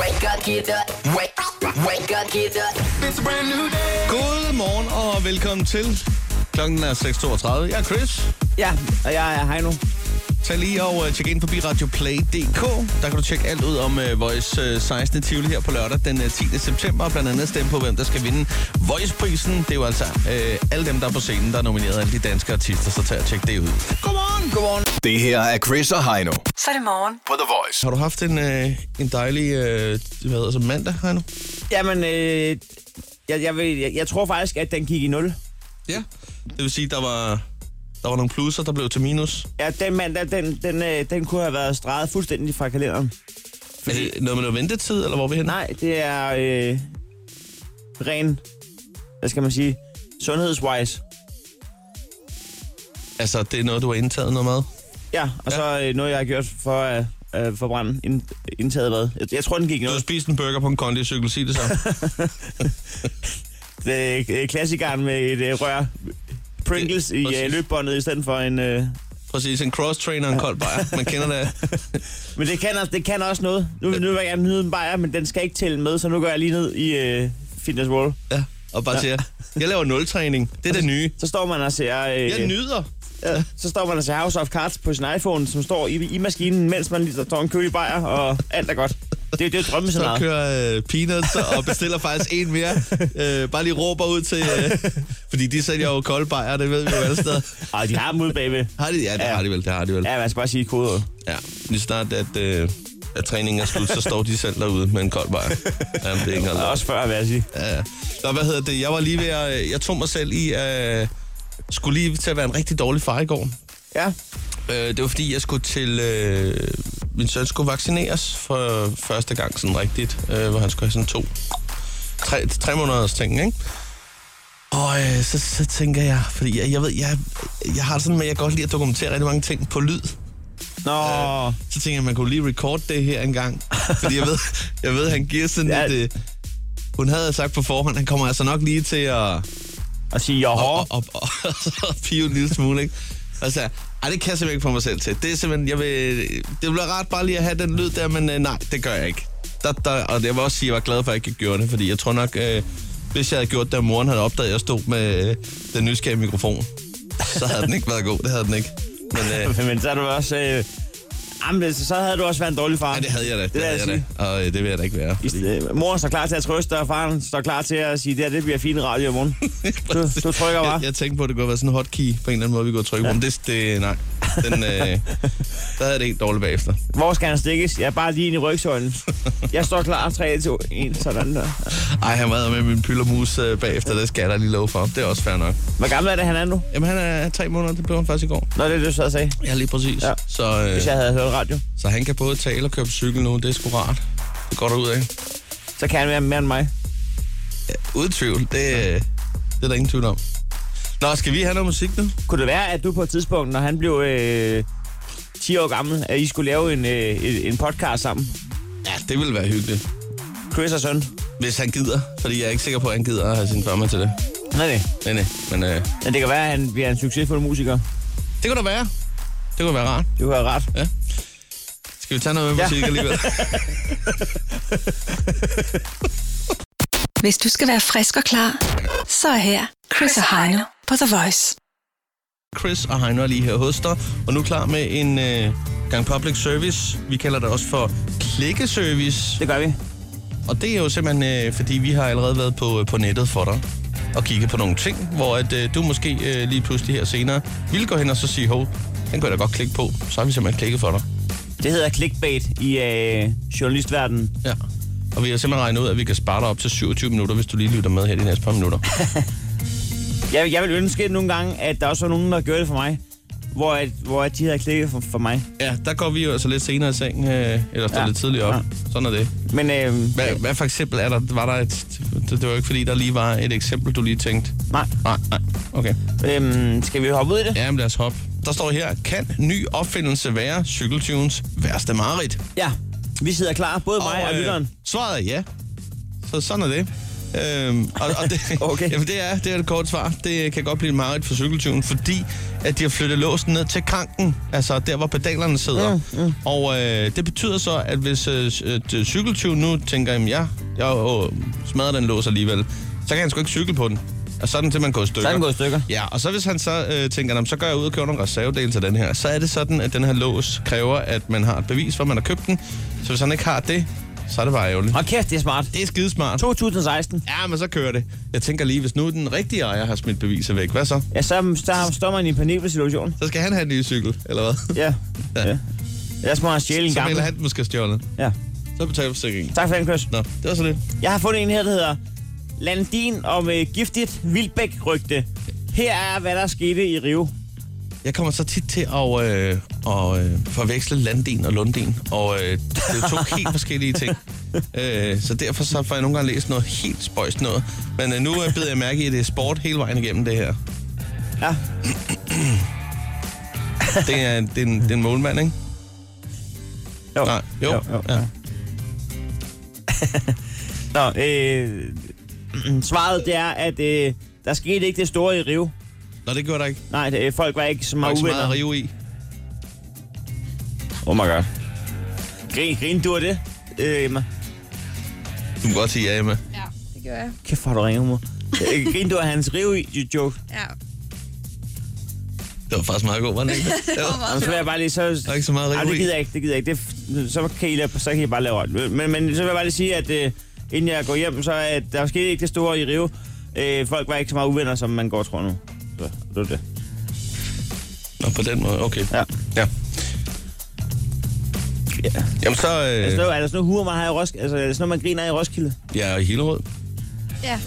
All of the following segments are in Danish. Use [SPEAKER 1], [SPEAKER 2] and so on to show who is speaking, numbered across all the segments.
[SPEAKER 1] Wake up, get up. Wake, wake up, get up. It's a brand new day.
[SPEAKER 2] God morgen og velkommen til. Klokken er 6.32. Jeg er Chris.
[SPEAKER 3] Ja, og jeg er Heino.
[SPEAKER 2] Tag lige og øh, tjek ind forbi radioplay.dk. Der kan du tjekke alt ud om øh, Voice øh, 16. Tivoli her på lørdag den øh, 10. september. Og blandt andet stemme på, hvem der skal vinde Voice-prisen. Det er jo altså øh, alle dem, der er på scenen, der er nomineret. Alle de danske artister, så tag og tjek det ud. Godmorgen!
[SPEAKER 3] Godmorgen.
[SPEAKER 4] Det her er Chris og Heino
[SPEAKER 5] Så er det morgen.
[SPEAKER 4] på The Voice.
[SPEAKER 2] Har du haft en, øh, en dejlig øh, hvad hedder, så mandag, Heino?
[SPEAKER 3] Jamen, øh, jeg, jeg, vil, jeg, jeg tror faktisk, at den gik i nul.
[SPEAKER 2] Ja. Det vil sige, der var, der var nogle plusser, der blev til minus.
[SPEAKER 3] Ja, den mandag, den, den, øh, den kunne have været streget fuldstændig fra kalenderen.
[SPEAKER 2] Er det noget med noget ventetid, eller hvor er vi henne?
[SPEAKER 3] Nej, det er øh, ren, hvad skal man sige, sundhedswise.
[SPEAKER 2] Altså, det er noget, du har indtaget noget mad?
[SPEAKER 3] Ja, og ja.
[SPEAKER 2] Ja.
[SPEAKER 3] så øh, noget, jeg har gjort for at øh, forbrænde ind, indtaget hvad. Jeg, jeg tror, den gik i
[SPEAKER 2] Du har
[SPEAKER 3] nul.
[SPEAKER 2] spist en burger på en kondicykel, sig det så.
[SPEAKER 3] Det er øh, klassikeren med et øh, rør. Pringles i
[SPEAKER 2] Præcis.
[SPEAKER 3] øh, løbbåndet i stedet for en... Øh,
[SPEAKER 2] Præcis, en cross-trainer og en kold bajer. Man kender det.
[SPEAKER 3] øh, Men det kan, også- det kan også noget. Nu, nu vil jeg gerne nyde en bajer, men den skal ikke tælle med, så nu går jeg lige ned i øh, Fitness World.
[SPEAKER 2] Ja, og bare siger, jeg laver nultræning. Det er det nye.
[SPEAKER 3] Så står man og ser,
[SPEAKER 2] Jeg
[SPEAKER 3] øh,
[SPEAKER 2] nyder.
[SPEAKER 3] ja, så står man og ser House of Cards på sin iPhone, som står i, i maskinen, mens man lige der står en kølig bajer, og alt er godt. Det, det er jo
[SPEAKER 2] Så
[SPEAKER 3] drømmescenariet.
[SPEAKER 2] kører øh, peanuts og bestiller faktisk en mere. Øh, bare lige råber ud til... Øh, fordi de sælger jo kolde bajer, det ved vi jo alle steder.
[SPEAKER 3] Ej, de har dem ude bagved.
[SPEAKER 2] Har de? Ja, det har de vel, det har de vel.
[SPEAKER 3] Ja, man skal bare sige kodeord.
[SPEAKER 2] Ja, lige snart at, øh, at træningen er slut, så står de selv derude med en kold bajer. Jamen, det er ikke engang
[SPEAKER 3] Og også før, vil jeg sige.
[SPEAKER 2] Ja, ja. Nå, hvad hedder det? Jeg var lige ved at... øh, Jeg tog mig selv i at... Øh, skulle lige til at være en rigtig dårlig far i går.
[SPEAKER 3] Ja,
[SPEAKER 2] Øh, det var fordi, jeg skulle til... Øh, min søn skulle vaccineres for første gang sådan rigtigt, øh, hvor han skulle have sådan to... Tre, tre måneders ting, ikke? Og øh, så, så tænker jeg, fordi jeg, jeg ved, jeg, jeg har det sådan med, at jeg godt lide at dokumentere rigtig mange ting på lyd. Øh,
[SPEAKER 3] nå...
[SPEAKER 2] Så tænker jeg, man kunne lige record det her en gang. Fordi jeg ved, jeg ved han giver sådan
[SPEAKER 3] Ja.
[SPEAKER 2] ja. lidt... Øh, hun havde sagt på forhånd, han kommer altså nok lige til at
[SPEAKER 3] Og sige, jeg
[SPEAKER 2] og,
[SPEAKER 3] hård.
[SPEAKER 2] og, og, og, og pive en lille smule, ikke? Og så, ej, det kan jeg simpelthen ikke få mig selv til. Det er simpelthen, jeg vil, det bliver rart bare lige at have den lyd der, men øh, nej, det gør jeg ikke. Der, der, og jeg vil også sige, at jeg var glad for, at jeg ikke gjorde det, fordi jeg tror nok, øh, hvis jeg havde gjort det, og moren havde opdaget, at jeg stod med øh, den nysgerrige mikrofon, så havde den ikke været god, det havde den ikke. Men øh,
[SPEAKER 3] Men så er du også... Øh, jamen, det- så havde du også været en dårlig far.
[SPEAKER 2] nej, det havde jeg da, det,
[SPEAKER 3] vil
[SPEAKER 2] det havde jeg
[SPEAKER 3] sige.
[SPEAKER 2] da, og øh, det vil jeg da ikke være.
[SPEAKER 3] I øh, stedet- Moren står klar til at trøste, og faren står klar til at sige, det her det bliver fin radio i morgen. Du, du trykker bare.
[SPEAKER 2] Jeg, jeg tænkte på, at det kunne have været sådan en hotkey på en eller anden måde, vi kunne trykke på, men det, det, nej. Den, øh, der havde jeg det ikke dårligt bagefter.
[SPEAKER 3] Hvor skal han stikkes? Jeg er bare lige ind i rygsøjlen. Jeg står klar 3, 2, 1, sådan der.
[SPEAKER 2] Ej, han var med min pyllermus øh, bagefter, det skal jeg da lige love for. Det er også fair nok.
[SPEAKER 3] Hvor gammel er det, han er nu?
[SPEAKER 2] Jamen, han er tre måneder, det blev han faktisk i går.
[SPEAKER 3] Nå, det er det, du sad og sagde,
[SPEAKER 2] Ja, lige præcis. Ja.
[SPEAKER 3] Ja.
[SPEAKER 2] Så, øh,
[SPEAKER 3] hvis jeg havde hørt radio.
[SPEAKER 2] så han kan både tale og køre på cykel nu, det er sgu rart. Det går der ud af.
[SPEAKER 3] Så kan han være mere end mig.
[SPEAKER 2] Uden tvivl, det, øh, det er der ingen tvivl om. Nå, skal vi have noget musik nu?
[SPEAKER 3] Kunne det være, at du på et tidspunkt, når han blev øh, 10 år gammel, at I skulle lave en, øh, en- en podcast sammen?
[SPEAKER 2] Ja, det ville være hyggeligt.
[SPEAKER 3] Chris og søn.
[SPEAKER 2] Hvis han gider, fordi jeg er ikke sikker på, at han gider at have sin farmer til det.
[SPEAKER 3] Nej, nej.
[SPEAKER 2] Nej, nej, men øh,
[SPEAKER 3] Men det kan være, at han bliver en succesfuld musiker.
[SPEAKER 2] det kunne da være. Det kunne være rart.
[SPEAKER 3] Det kunne være rart.
[SPEAKER 2] Skal vi tage noget med
[SPEAKER 3] Ja.
[SPEAKER 2] musik alligevel?
[SPEAKER 5] Hvis du skal være frisk og klar, så er her Chris og Heino på The Voice.
[SPEAKER 2] Chris og Heino er lige her hos dig, og nu klar med en øh, gang public service. Vi kalder det også for klikkeservice,
[SPEAKER 3] Det gør vi.
[SPEAKER 2] og det er jo simpelthen, øh, fordi vi har allerede været på, øh, på nettet for dig og kigget på nogle ting, hvor at, øh, du måske øh, lige pludselig her senere vil gå hen og så sige, hov, den kan jeg da godt klikke på, så har vi simpelthen klikket for dig.
[SPEAKER 3] Det hedder clickbait i øh, journalistverdenen.
[SPEAKER 2] Ja. Og vi har simpelthen regnet ud, at vi kan spare dig op til 27 minutter, hvis du lige lytter med her de næste par minutter.
[SPEAKER 3] Jeg, jeg vil ønske nogle gange, at der også var nogen, der gjorde det for mig. Hvor, at, hvor at de havde klikket for, for mig.
[SPEAKER 2] Ja, der går vi jo altså lidt senere i seng, øh, eller står ja.
[SPEAKER 3] Ja.
[SPEAKER 2] lidt tidligere op.
[SPEAKER 3] Ja.
[SPEAKER 2] Sådan er det.
[SPEAKER 3] Men øh,
[SPEAKER 2] Hvad, hvad for eksempel er der? Var der et, det, det var jo ikke fordi, der lige var et eksempel, du lige tænkte.
[SPEAKER 3] nej,
[SPEAKER 2] Nej, nej. Okay.
[SPEAKER 3] øh, skal vi hoppe ud i det?
[SPEAKER 2] Jamen lad os hoppe. Der står her, kan ny opfindelse være cykeltunes værste mareridt?
[SPEAKER 3] Ja. Vi sidder klar, både mig og,
[SPEAKER 2] øh,
[SPEAKER 3] lytteren.
[SPEAKER 2] Svaret er ja. Så sådan er det. Øhm, og, og det,
[SPEAKER 3] Okay.
[SPEAKER 2] jamen det, er, det er et kort svar. Det kan godt blive meget for cykeltyven, fordi at de har flyttet låsen ned til kranken, altså der, hvor pedalerne sidder. Mm, mm. Og øh, det betyder så, at hvis øh, øh, cykeltyven nu tænker, jamen ja, jeg øh, smadrer den lås alligevel, så kan han sgu ikke cykle på den. Og sådan til man går i stykker.
[SPEAKER 3] Så er den gået i stykker.
[SPEAKER 2] Ja, og så hvis han så øh, tænker, "Nå, men så går jeg ud og køber nogle reservedele til den her, så er det sådan, at den her lås kræver, at man har et bevis for, at man har købt den. Så hvis han ikke har det, så er det bare ærgerligt.
[SPEAKER 3] Hold kæft, det er smart.
[SPEAKER 2] Det er skidesmart.
[SPEAKER 3] 2016.
[SPEAKER 2] Ja, men så kører det. Jeg tænker lige, hvis nu den rigtige ejer har smidt beviser væk, hvad så?
[SPEAKER 3] Ja, så, så står man i en paniklig situation.
[SPEAKER 2] Så skal han have en ny cykel, eller hvad?
[SPEAKER 3] Ja.
[SPEAKER 2] Ja.
[SPEAKER 3] ja. Ellers må han stjæle en
[SPEAKER 2] Så
[SPEAKER 3] gammel.
[SPEAKER 2] melder han den måske stjålet.
[SPEAKER 3] Ja.
[SPEAKER 2] Så betaler forsikringen.
[SPEAKER 3] Tak for den, Chris.
[SPEAKER 2] Nå, det var så det.
[SPEAKER 3] Jeg har fundet en her, der hedder Landin om øh, giftigt vildbæk-rygte. Her er, hvad der skete i Rio.
[SPEAKER 2] Jeg kommer så tit til at, øh, at øh, forveksle landin og lundin, og øh, det er jo to helt forskellige ting. Øh, så derfor så får jeg nogle gange læst noget helt spøjst noget. Men øh, nu øh, beder jeg mærke i, at det er sport hele vejen igennem det her.
[SPEAKER 3] Ja.
[SPEAKER 2] Det er, det er, en, det er en målmand, ikke?
[SPEAKER 3] Jo.
[SPEAKER 2] Nej, jo.
[SPEAKER 3] jo, jo.
[SPEAKER 2] Ja.
[SPEAKER 3] Nå, øh, svaret det er, at øh, der skete ikke det store i Rio.
[SPEAKER 2] Nå, det gjorde der ikke.
[SPEAKER 3] Nej, det, øh, folk var ikke så
[SPEAKER 2] Der var
[SPEAKER 3] meget
[SPEAKER 2] ikke så meget at
[SPEAKER 3] uvenner.
[SPEAKER 2] rive i.
[SPEAKER 3] Oh my god. Grin, grin du af det, øh, Emma?
[SPEAKER 2] Du må godt sige ja, Emma.
[SPEAKER 6] Det gør jeg.
[SPEAKER 3] Kæft, hvor har du ringet humor. Øh, grin du af hans Rio-joke?
[SPEAKER 6] Ja.
[SPEAKER 2] Det var faktisk meget god, var den ikke? Det var,
[SPEAKER 3] Jamen, så vil jeg bare lige så...
[SPEAKER 2] der er ikke så meget
[SPEAKER 3] Ej,
[SPEAKER 2] rive
[SPEAKER 3] det
[SPEAKER 2] i.
[SPEAKER 3] gider jeg ikke, det gider jeg ikke. Det, er f- så, kan I, lade- så kan I bare lave ret. Men, men så vil jeg bare lige sige, at øh, inden jeg går hjem, så er der skete ikke det store i Rio. Øh, folk var ikke så meget uvenner, som man går og tror nu. Så, det var det.
[SPEAKER 2] Nå, på den måde, okay.
[SPEAKER 3] Ja.
[SPEAKER 2] ja.
[SPEAKER 3] ja.
[SPEAKER 2] Jamen så...
[SPEAKER 3] Er Altså, der
[SPEAKER 2] Øh,
[SPEAKER 3] sådan noget- er der sådan noget humor, man har i Roskilde? Altså, er der sådan noget, man griner af i Roskilde?
[SPEAKER 2] jeg er i Hillerød.
[SPEAKER 6] Ja.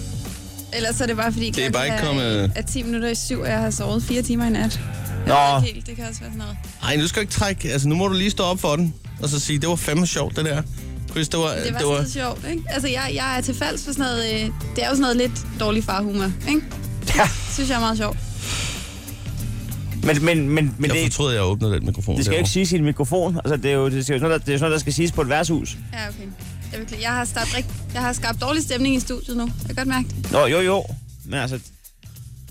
[SPEAKER 6] Ellers er det bare fordi,
[SPEAKER 2] er
[SPEAKER 6] klokken
[SPEAKER 2] bare ikke kommet-
[SPEAKER 6] Er 10 minutter i syv, og jeg har sovet fire timer i nat.
[SPEAKER 3] Nå.
[SPEAKER 6] Jeg ved ikke helt, det kan også være sådan noget.
[SPEAKER 2] Ej, nu skal du ikke trække. Altså, nu må du lige stå op for den. Og så sige, det var fandme sjovt, det der. Chris, Øh, det var...
[SPEAKER 6] Det var, skide sjovt, ikke? Altså, jeg, jeg er til falds for sådan noget... Øh, det er jo sådan noget lidt dårlig farhumor, ikke?
[SPEAKER 3] Ja.
[SPEAKER 6] Synes jeg er meget sjovt.
[SPEAKER 3] Men, men, men, men
[SPEAKER 2] jeg
[SPEAKER 3] det,
[SPEAKER 2] fortryder, at jeg åbnede den mikrofon.
[SPEAKER 3] det skal jo ikke
[SPEAKER 2] derovre.
[SPEAKER 3] siges i en mikrofon. Altså, det er jo, det skal jo sådan noget, der, det er jo sådan noget, der skal siges på et værtshus.
[SPEAKER 6] Ja, okay. Jeg, beklager. jeg, har, skabt rigt... jeg har skabt dårlig stemning i studiet nu. Jeg kan godt mærke det.
[SPEAKER 3] Nå, jo, jo. Men altså,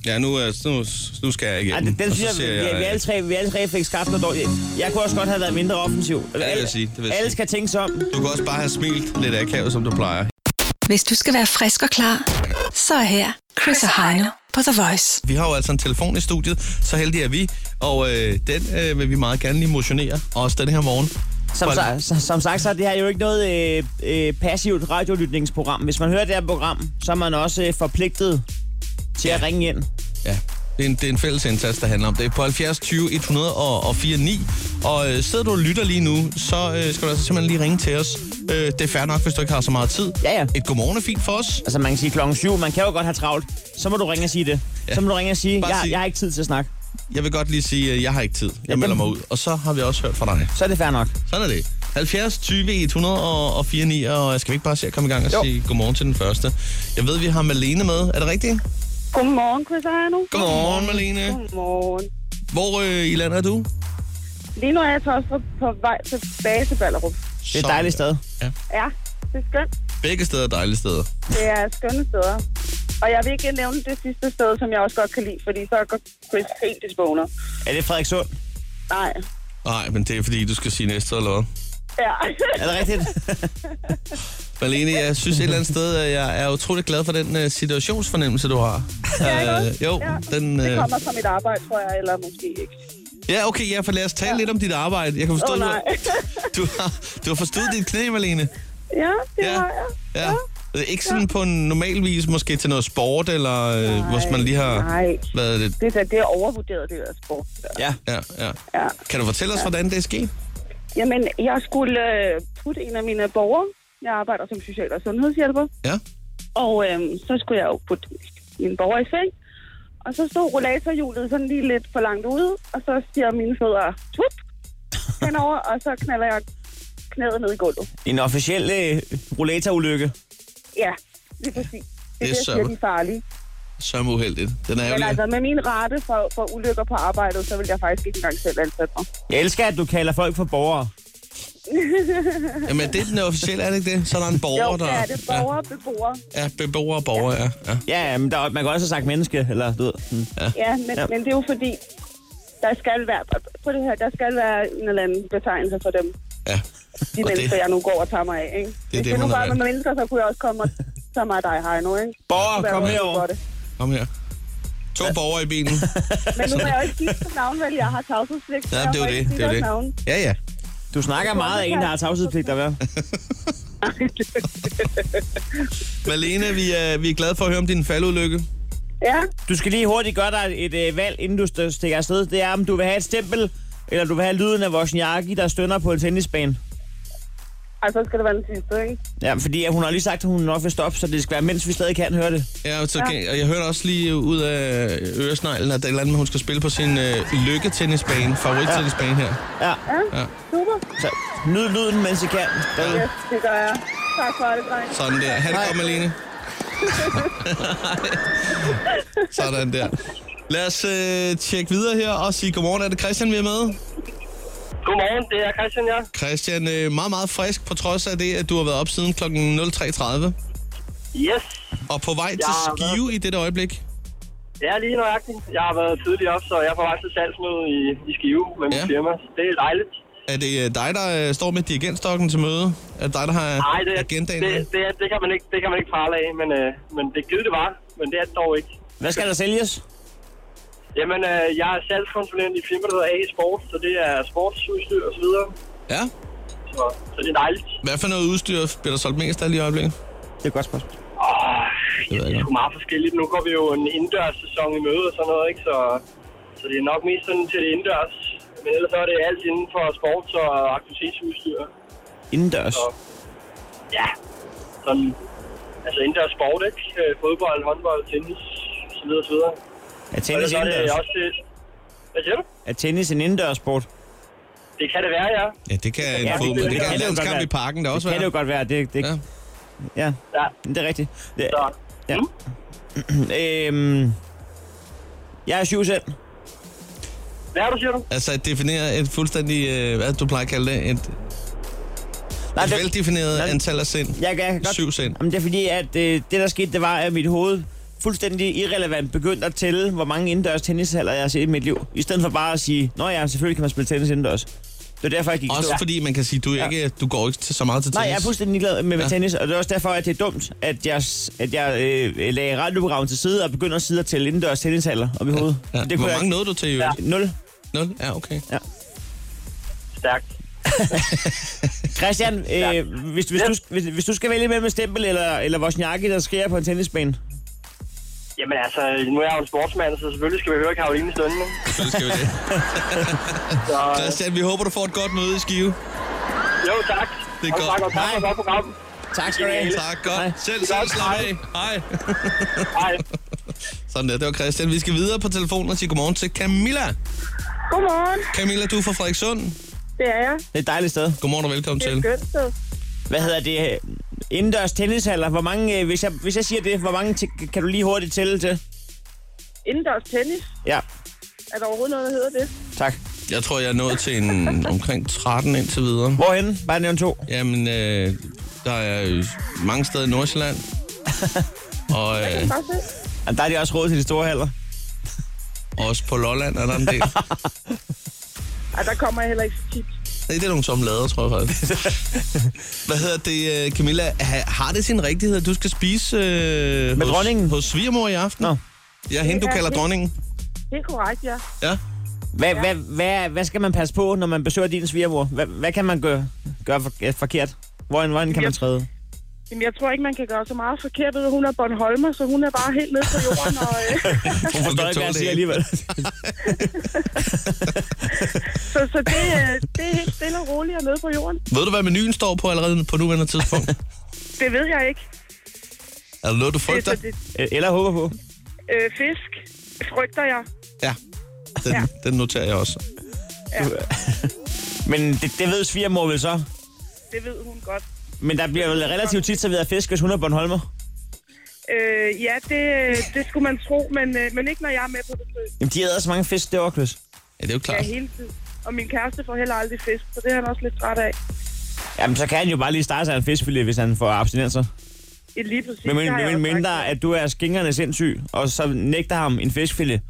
[SPEAKER 2] Ja, nu, er- nu, nu skal jeg øh,
[SPEAKER 3] ej,
[SPEAKER 2] igennem.
[SPEAKER 3] den, den
[SPEAKER 2] Og
[SPEAKER 3] synes
[SPEAKER 2] så
[SPEAKER 3] jeg,
[SPEAKER 2] siger
[SPEAKER 3] vi, vi, alle tre, vi alle tre fik skabt noget dårligt. Jeg kunne også godt have været mindre offensiv. Ja,
[SPEAKER 2] vil jeg sige, det vil jeg
[SPEAKER 3] alle
[SPEAKER 2] sige.
[SPEAKER 3] skal tænke sig om.
[SPEAKER 2] Du kan også bare have smilt lidt akavet, som du plejer.
[SPEAKER 5] Hvis du skal være frisk og klar, så er her Chris og Heino på The Voice.
[SPEAKER 2] Vi har jo altså en telefon i studiet, så heldige er vi. Og øh, den øh, vil vi meget gerne lige motionere, også den her morgen.
[SPEAKER 3] Som,
[SPEAKER 2] For-
[SPEAKER 3] sa- som, som sagt, så er det her jo ikke noget øh, øh, passivt radiolytningsprogram. Hvis man hører det her program, så er man også øh, forpligtet til at ringe ind.
[SPEAKER 2] Ja, det er, en, det er en fælles indsats, der handler om det. På 70 20 104 9. Og øh, sidder du og lytter lige nu, så øh, skal du altså simpelthen lige ringe til os. Øh, det er fair nok, hvis du ikke har så meget tid.
[SPEAKER 3] Ja, ja.
[SPEAKER 2] Et godmorgen er fint for os.
[SPEAKER 3] Altså, man kan sige klokken syv, man kan jo godt have travlt. Så må du ringe og sige det.
[SPEAKER 2] Ja.
[SPEAKER 3] Ja. Så må du ringe og sige,
[SPEAKER 2] Bare
[SPEAKER 3] jeg,
[SPEAKER 2] sig-
[SPEAKER 3] jeg har ikke tid til at snakke.
[SPEAKER 2] Jeg vil godt lige sige, at jeg har ikke tid. Jeg
[SPEAKER 3] Ja,
[SPEAKER 2] melder
[SPEAKER 3] dem-
[SPEAKER 2] mig ud. Og så har vi også hørt fra dig.
[SPEAKER 3] Så er det fair nok.
[SPEAKER 2] Sådan er det. 70 20 104 9. Og skal vi ikke bare se at komme i gang og
[SPEAKER 3] Jo.
[SPEAKER 2] sige godmorgen til den første? Jeg ved, vi har Malene med. Er det rigtigt?
[SPEAKER 7] Godmorgen, Chris og Heino.
[SPEAKER 2] Godmorgen, Malene.
[SPEAKER 7] Godmorgen.
[SPEAKER 2] Hvor øh, i landet er du?
[SPEAKER 7] Lige nu er jeg Tostrup på vej tilbage til Ballerup.
[SPEAKER 3] Det er et dejligt sted.
[SPEAKER 7] Ja, det er skønt.
[SPEAKER 2] Begge steder er dejlige steder.
[SPEAKER 7] Det er skønne steder. Og jeg vil ikke nævne det sidste sted, som jeg også godt kan lide, fordi så går Chris helt i spåner.
[SPEAKER 3] Er det Frederikssund?
[SPEAKER 7] Nej.
[SPEAKER 2] Nej, men det er fordi, du skal sige næste eller hvad?
[SPEAKER 7] Ja.
[SPEAKER 3] Er det rigtigt?
[SPEAKER 2] Marlene, jeg synes et eller andet sted, at jeg er utrolig glad for den uh, situationsfornemmelse, du har. Ja, uh, jo,
[SPEAKER 7] Ja,
[SPEAKER 2] den...
[SPEAKER 7] Det
[SPEAKER 2] Uh,
[SPEAKER 7] kommer fra mit arbejde, tror jeg, eller måske ikke.
[SPEAKER 2] ja, okay, ja, for lad os tale ja. lidt om dit arbejde. Jeg kan forstå,
[SPEAKER 7] Åh,
[SPEAKER 2] du,
[SPEAKER 7] nej.
[SPEAKER 2] har- du, har, du har forstået dit knæ, Marlene.
[SPEAKER 7] Ja, det
[SPEAKER 2] Ja.
[SPEAKER 7] har jeg.
[SPEAKER 2] Ja. Øh, Ikke sådan på en normal vis, måske til noget sport, eller øh, hvor man lige har
[SPEAKER 7] Nej,
[SPEAKER 2] været lidt...
[SPEAKER 7] det, der, det er overvurderet, det der sport. Der.
[SPEAKER 3] ja.
[SPEAKER 2] Ja, ja.
[SPEAKER 7] Ja.
[SPEAKER 2] Kan du fortælle os, hvordan det er sket?
[SPEAKER 7] Jamen, jeg skulle øh, putte en af mine borgere. Jeg arbejder som social- og sundhedshjælper.
[SPEAKER 2] Ja.
[SPEAKER 7] Og øhm, så skulle jeg jo putte min borger i seng. Og så stod rollatorhjulet sådan lige lidt for langt ude, og så siger mine fødder tup henover, og så knalder jeg knæet ned i gulvet.
[SPEAKER 3] En officiel øh, roulette-ulykke.
[SPEAKER 7] Ja, lige præcis. Det,
[SPEAKER 2] Det er
[SPEAKER 7] det, det
[SPEAKER 2] sørme.
[SPEAKER 7] er de farlige.
[SPEAKER 2] Så uheldigt. Den er
[SPEAKER 7] Men
[SPEAKER 2] ærgerlig.
[SPEAKER 7] altså, med min rate for, for ulykker på arbejdet, så vil jeg faktisk ikke engang selv ansætte mig.
[SPEAKER 3] Jeg elsker, at du kalder folk for borgere.
[SPEAKER 2] Jamen, det er den officielle, er det ikke det? Så er der en borger,
[SPEAKER 7] Jo,
[SPEAKER 2] der...
[SPEAKER 7] det er det. Borgere, beboere.
[SPEAKER 2] Ja, ja beboer og borger, ja. ja.
[SPEAKER 3] Ja, men der, man kan også have sagt menneske, eller du ved. Mm.
[SPEAKER 7] Ja, men,
[SPEAKER 3] Ja.
[SPEAKER 7] ja. men det er jo fordi, der skal være, på det her, der skal være en eller anden betegnelse for dem.
[SPEAKER 2] ja.
[SPEAKER 7] De
[SPEAKER 2] Og
[SPEAKER 7] mennesker,
[SPEAKER 2] det-
[SPEAKER 7] jeg nu går og tager mig af, ikke? Det Hvis
[SPEAKER 2] det,
[SPEAKER 7] det nu
[SPEAKER 2] hun har
[SPEAKER 7] bare var
[SPEAKER 2] valgt.
[SPEAKER 7] med mennesker, så kunne jeg også komme og tage mig af dig, Heino, ikke?
[SPEAKER 3] Borger,
[SPEAKER 7] Det kunne
[SPEAKER 3] kom
[SPEAKER 7] være
[SPEAKER 3] herover.
[SPEAKER 7] for det.
[SPEAKER 2] Kom her. To borgere i bilen.
[SPEAKER 7] Men nu må jeg jo ikke sige på navn, vel? Jeg har tavshedspligt.
[SPEAKER 2] Ja,
[SPEAKER 7] Jeg
[SPEAKER 2] det er
[SPEAKER 7] må
[SPEAKER 2] jo det.
[SPEAKER 7] ikke sige
[SPEAKER 2] Det er jo
[SPEAKER 7] deres navn.
[SPEAKER 2] det. Ja, ja.
[SPEAKER 3] Du snakker meget af en, der har tavshedspligt, der hvad?
[SPEAKER 2] Malene, vi er, vi er glade for at høre om din faldulykke.
[SPEAKER 7] Ja,
[SPEAKER 3] Du skal lige hurtigt gøre dig et øh, valg, inden du st- stikker afsted. Det er, om du vil have et stempel, eller du vil have lyden af Wozniacki, der stønner på en tennisbane.
[SPEAKER 7] altså så skal det være den sidste, ikke?
[SPEAKER 3] Ja, fordi at hun har lige sagt, at hun nok vil stoppe, så det skal være, mens vi stadig kan høre det.
[SPEAKER 2] Ja, og så kan, og jeg hørte også lige ud af øresneglen, at der er et eller andet, med, hun skal spille på sin øh, lykketennisbane, favorittennisbane her.
[SPEAKER 3] Ja,
[SPEAKER 7] Super.
[SPEAKER 3] så nyd lyden, mens I kan. Derude.
[SPEAKER 7] Yes, det gør jeg. Tak for det, dreng.
[SPEAKER 2] Sådan der. Ha' det godt, Malene. Sådan der. Lad os øh, tjekke videre her og sige godmorgen. Er det Christian, vi er med?
[SPEAKER 8] Godmorgen, det er Christian, ja.
[SPEAKER 2] Christian, øh, meget, meget frisk, på trods af det, at du har været op siden kl. 03.30.
[SPEAKER 8] Yes,
[SPEAKER 2] Og på vej til
[SPEAKER 8] Jeg har været-
[SPEAKER 2] Skive i dette øjeblik.
[SPEAKER 8] det er lige nøjagtigt. Jeg har været tidligt op, så jeg er på vej til salgsmøde i, i Skive med mit
[SPEAKER 2] Ja.
[SPEAKER 8] ja. firma. Det er dejligt.
[SPEAKER 2] Er det øh, dig, der øh, står med dirigentstokken til møde? Er det dig, der har
[SPEAKER 8] Nej, det,
[SPEAKER 2] agendaen?
[SPEAKER 8] det,
[SPEAKER 2] med?
[SPEAKER 8] det, det, kan man ikke, det kan man ikke prale af, men, øh, men det givet det var, men det er det dog ikke.
[SPEAKER 3] Hvad skal der sælges?
[SPEAKER 8] Jamen, øh, jeg er salgskonsulent i et firma, der hedder A Sport, så det er sportsudstyr og så videre.
[SPEAKER 2] Ja.
[SPEAKER 8] Så, så det er dejligt.
[SPEAKER 2] Hvad for noget udstyr bliver der solgt mest af lige i øjeblikket?
[SPEAKER 3] Det er et godt spørgsmål.
[SPEAKER 8] Åh,
[SPEAKER 2] Det
[SPEAKER 8] det
[SPEAKER 2] ved jeg
[SPEAKER 8] er sgu
[SPEAKER 2] ikke.
[SPEAKER 8] meget forskelligt. Nu går vi jo en indendørssæson i møde og sådan noget, ikke? Så, så det er nok mest sådan til det indendørs. Men ellers så er det alt inden for sports- og aktivitetsudstyr.
[SPEAKER 3] Indendørs.
[SPEAKER 8] Ja, sådan, altså indendørs sport, ikke? Øh, Fodbold, håndbold, tennis, så videre, så videre. Og
[SPEAKER 3] Er
[SPEAKER 8] ellers
[SPEAKER 3] tennis
[SPEAKER 8] så er det
[SPEAKER 3] indendørs?
[SPEAKER 8] også til... Hvad siger du?
[SPEAKER 3] Er tennis en indendørssport?
[SPEAKER 8] Det kan det være, ja.
[SPEAKER 2] Ja, det kan en
[SPEAKER 3] det-
[SPEAKER 2] fodbold.
[SPEAKER 8] det
[SPEAKER 2] Det, kan
[SPEAKER 8] kan
[SPEAKER 2] en
[SPEAKER 3] det jo godt
[SPEAKER 2] landskamp
[SPEAKER 3] være.
[SPEAKER 2] i parken, der også
[SPEAKER 3] Det kan det jo
[SPEAKER 2] være.
[SPEAKER 3] godt være. Det, det,
[SPEAKER 2] Ja.
[SPEAKER 3] ja. ja.
[SPEAKER 8] Ja,
[SPEAKER 3] det er rigtigt. Det,
[SPEAKER 8] så...
[SPEAKER 3] Ja.
[SPEAKER 8] Ja. Mm?
[SPEAKER 3] øhm, jeg er syv selv.
[SPEAKER 8] Hvad er du, siger du?
[SPEAKER 2] Altså at definere et fuldstændig, øh, hvad du plejer at kalde det, et,
[SPEAKER 3] Nej,
[SPEAKER 2] et
[SPEAKER 3] det,
[SPEAKER 2] veldefineret
[SPEAKER 3] nej, det-
[SPEAKER 2] antal af sind.
[SPEAKER 3] jeg, jeg kan godt
[SPEAKER 2] Syv sind.
[SPEAKER 3] Jamen, det er fordi, at øh, det, der skete, det var, at mit hoved fuldstændig irrelevant begyndte at tælle, hvor mange indendørs tennishaller jeg har set i mit liv. I stedet for bare at sige, nå ja, selvfølgelig kan man spille tennis indendørs. Det er derfor, jeg gik i stå.
[SPEAKER 2] Også fordi man kan sige, du, er ikke, du går ikke til så meget til tennis.
[SPEAKER 3] Nej, jeg er fuldstændig ligeglad med, med
[SPEAKER 2] Ja.
[SPEAKER 3] ja. tennis, og det er også derfor, at det er dumt, at jeg, at jeg øh, lagde radioprogrammet til side og begynder at sidde og tælle indendørs tennishaller op i hovedet.
[SPEAKER 2] Ja.
[SPEAKER 3] Det
[SPEAKER 2] Hvor
[SPEAKER 3] jeg
[SPEAKER 2] mange nåede du til, i øvrigt?
[SPEAKER 3] ikke. Nul.
[SPEAKER 2] Nul? Ja, okay.
[SPEAKER 8] Stærkt.
[SPEAKER 3] Christian, øh, hvis, hvis,
[SPEAKER 8] Ja.
[SPEAKER 3] du, hvis, hvis du skal vælge mellem et stempel eller, eller Wozniacki, der skriger på en tennisbane.
[SPEAKER 8] Jamen altså, nu er jeg jo en sportsmand, så selvfølgelig skal vi høre Karolines Lønne.
[SPEAKER 2] Selvfølgelig skal vi det.
[SPEAKER 8] Så,
[SPEAKER 2] Christian, vi håber, du får et godt møde i Skive.
[SPEAKER 8] jo, tak.
[SPEAKER 2] Det er
[SPEAKER 8] Og
[SPEAKER 2] godt.
[SPEAKER 8] Tak, og tak for et godt program.
[SPEAKER 3] Tak skal du have.
[SPEAKER 2] Tak, godt.
[SPEAKER 3] Hej.
[SPEAKER 2] Selv, selv, slap af. Hej.
[SPEAKER 8] Hej.
[SPEAKER 2] Sådan der, det var Christian. Vi skal videre på telefonen og sige godmorgen til Camilla.
[SPEAKER 7] Godmorgen.
[SPEAKER 2] Camilla, du er fra Frederikssund.
[SPEAKER 7] Det er jeg.
[SPEAKER 3] Det er et dejligt sted.
[SPEAKER 2] Godmorgen og velkommen
[SPEAKER 7] Det er
[SPEAKER 2] til.
[SPEAKER 7] et skønt sted.
[SPEAKER 3] Hvad hedder det? Indendørs tennishaller. Hvor mange, øh, hvis, jeg, hvis jeg siger det, hvor mange ti- kan du lige hurtigt tælle til?
[SPEAKER 7] Indendørs tennis.
[SPEAKER 3] Ja,
[SPEAKER 7] Er der overhovedet noget, der hedder det?
[SPEAKER 3] tak.
[SPEAKER 2] Jeg tror, jeg er nået til en, omkring 13 indtil videre.
[SPEAKER 3] Hvorhen? Bare nævn to.
[SPEAKER 2] Jamen, øh, der er jo mange steder i Nordsjælland. og
[SPEAKER 7] Bare
[SPEAKER 2] øh,
[SPEAKER 7] se.
[SPEAKER 3] Og der er de også råd til de store haller.
[SPEAKER 2] også på Lolland er der en del.
[SPEAKER 7] Ej, der kommer jeg heller ikke så tit.
[SPEAKER 2] Nej, det er nogle tomme lader, tror jeg faktisk. Hvad hedder det, øh, Camilla? Ha, har det sin rigtighed, at du skal spise øh,
[SPEAKER 3] Med
[SPEAKER 2] hos,
[SPEAKER 3] dronningen?
[SPEAKER 2] hos svigermor i aften?
[SPEAKER 3] Nå.
[SPEAKER 2] Ja, hende du
[SPEAKER 7] Ja,
[SPEAKER 2] kalder
[SPEAKER 7] det-
[SPEAKER 2] dronningen.
[SPEAKER 7] Det er korrekt, ja.
[SPEAKER 2] Ja.
[SPEAKER 3] Hvad, hvad, hvad, hvad skal man passe på, når man besøger din svigermor? Hvad, hvad kan man gøre, gøre for, øh, forkert? Hvorhen, hvorhen kan man
[SPEAKER 7] Ja.
[SPEAKER 3] træde?
[SPEAKER 7] Jamen, jeg tror ikke, man kan gøre så meget forkert ved, at hun er Bornholmer, så hun er bare helt nede på jorden. Og, øh,
[SPEAKER 3] Hun
[SPEAKER 2] kan
[SPEAKER 3] forstår ikke,
[SPEAKER 2] tåle
[SPEAKER 3] hvad jeg
[SPEAKER 2] det
[SPEAKER 3] siger
[SPEAKER 2] hele.
[SPEAKER 3] alligevel.
[SPEAKER 7] så så det, øh, det er helt stille og roligt og nede på jorden.
[SPEAKER 2] Ved du, hvad menuen står på allerede på nuværende tidspunkt?
[SPEAKER 7] Det ved jeg ikke.
[SPEAKER 2] er der noget, du
[SPEAKER 7] Det, er
[SPEAKER 2] frygter?
[SPEAKER 7] så det,
[SPEAKER 3] Eller håber på.
[SPEAKER 7] øh, fisk frygter jeg.
[SPEAKER 2] Ja, den, ja. den noterer jeg også.
[SPEAKER 3] Men det, det ved svigermor vel så.
[SPEAKER 7] Det ved hun godt.
[SPEAKER 3] Men der bliver vel relativt tit serveret fisk, hvis hun er Bornholmer.
[SPEAKER 7] Øh, ja, det, øh, det skulle man tro, men, øh, men ikke når jeg er med på besøg.
[SPEAKER 3] Jamen, de æder så mange fisk, det er også
[SPEAKER 2] Ja, det er jo
[SPEAKER 7] Ja,
[SPEAKER 2] klart.
[SPEAKER 7] hele tiden. Og min kæreste får heller aldrig fisk, så det er han også lidt træt af.
[SPEAKER 3] Jamen, så kan han jo bare lige starte sig en fiskfilet, hvis han får abstinenser.
[SPEAKER 7] Det er lige præcis, det
[SPEAKER 3] Men, men,
[SPEAKER 7] har jeg
[SPEAKER 3] men
[SPEAKER 7] også
[SPEAKER 3] mindre,
[SPEAKER 7] sagt.
[SPEAKER 3] at du er skingerne sindssyg, og så nægter ham en fiskfilet,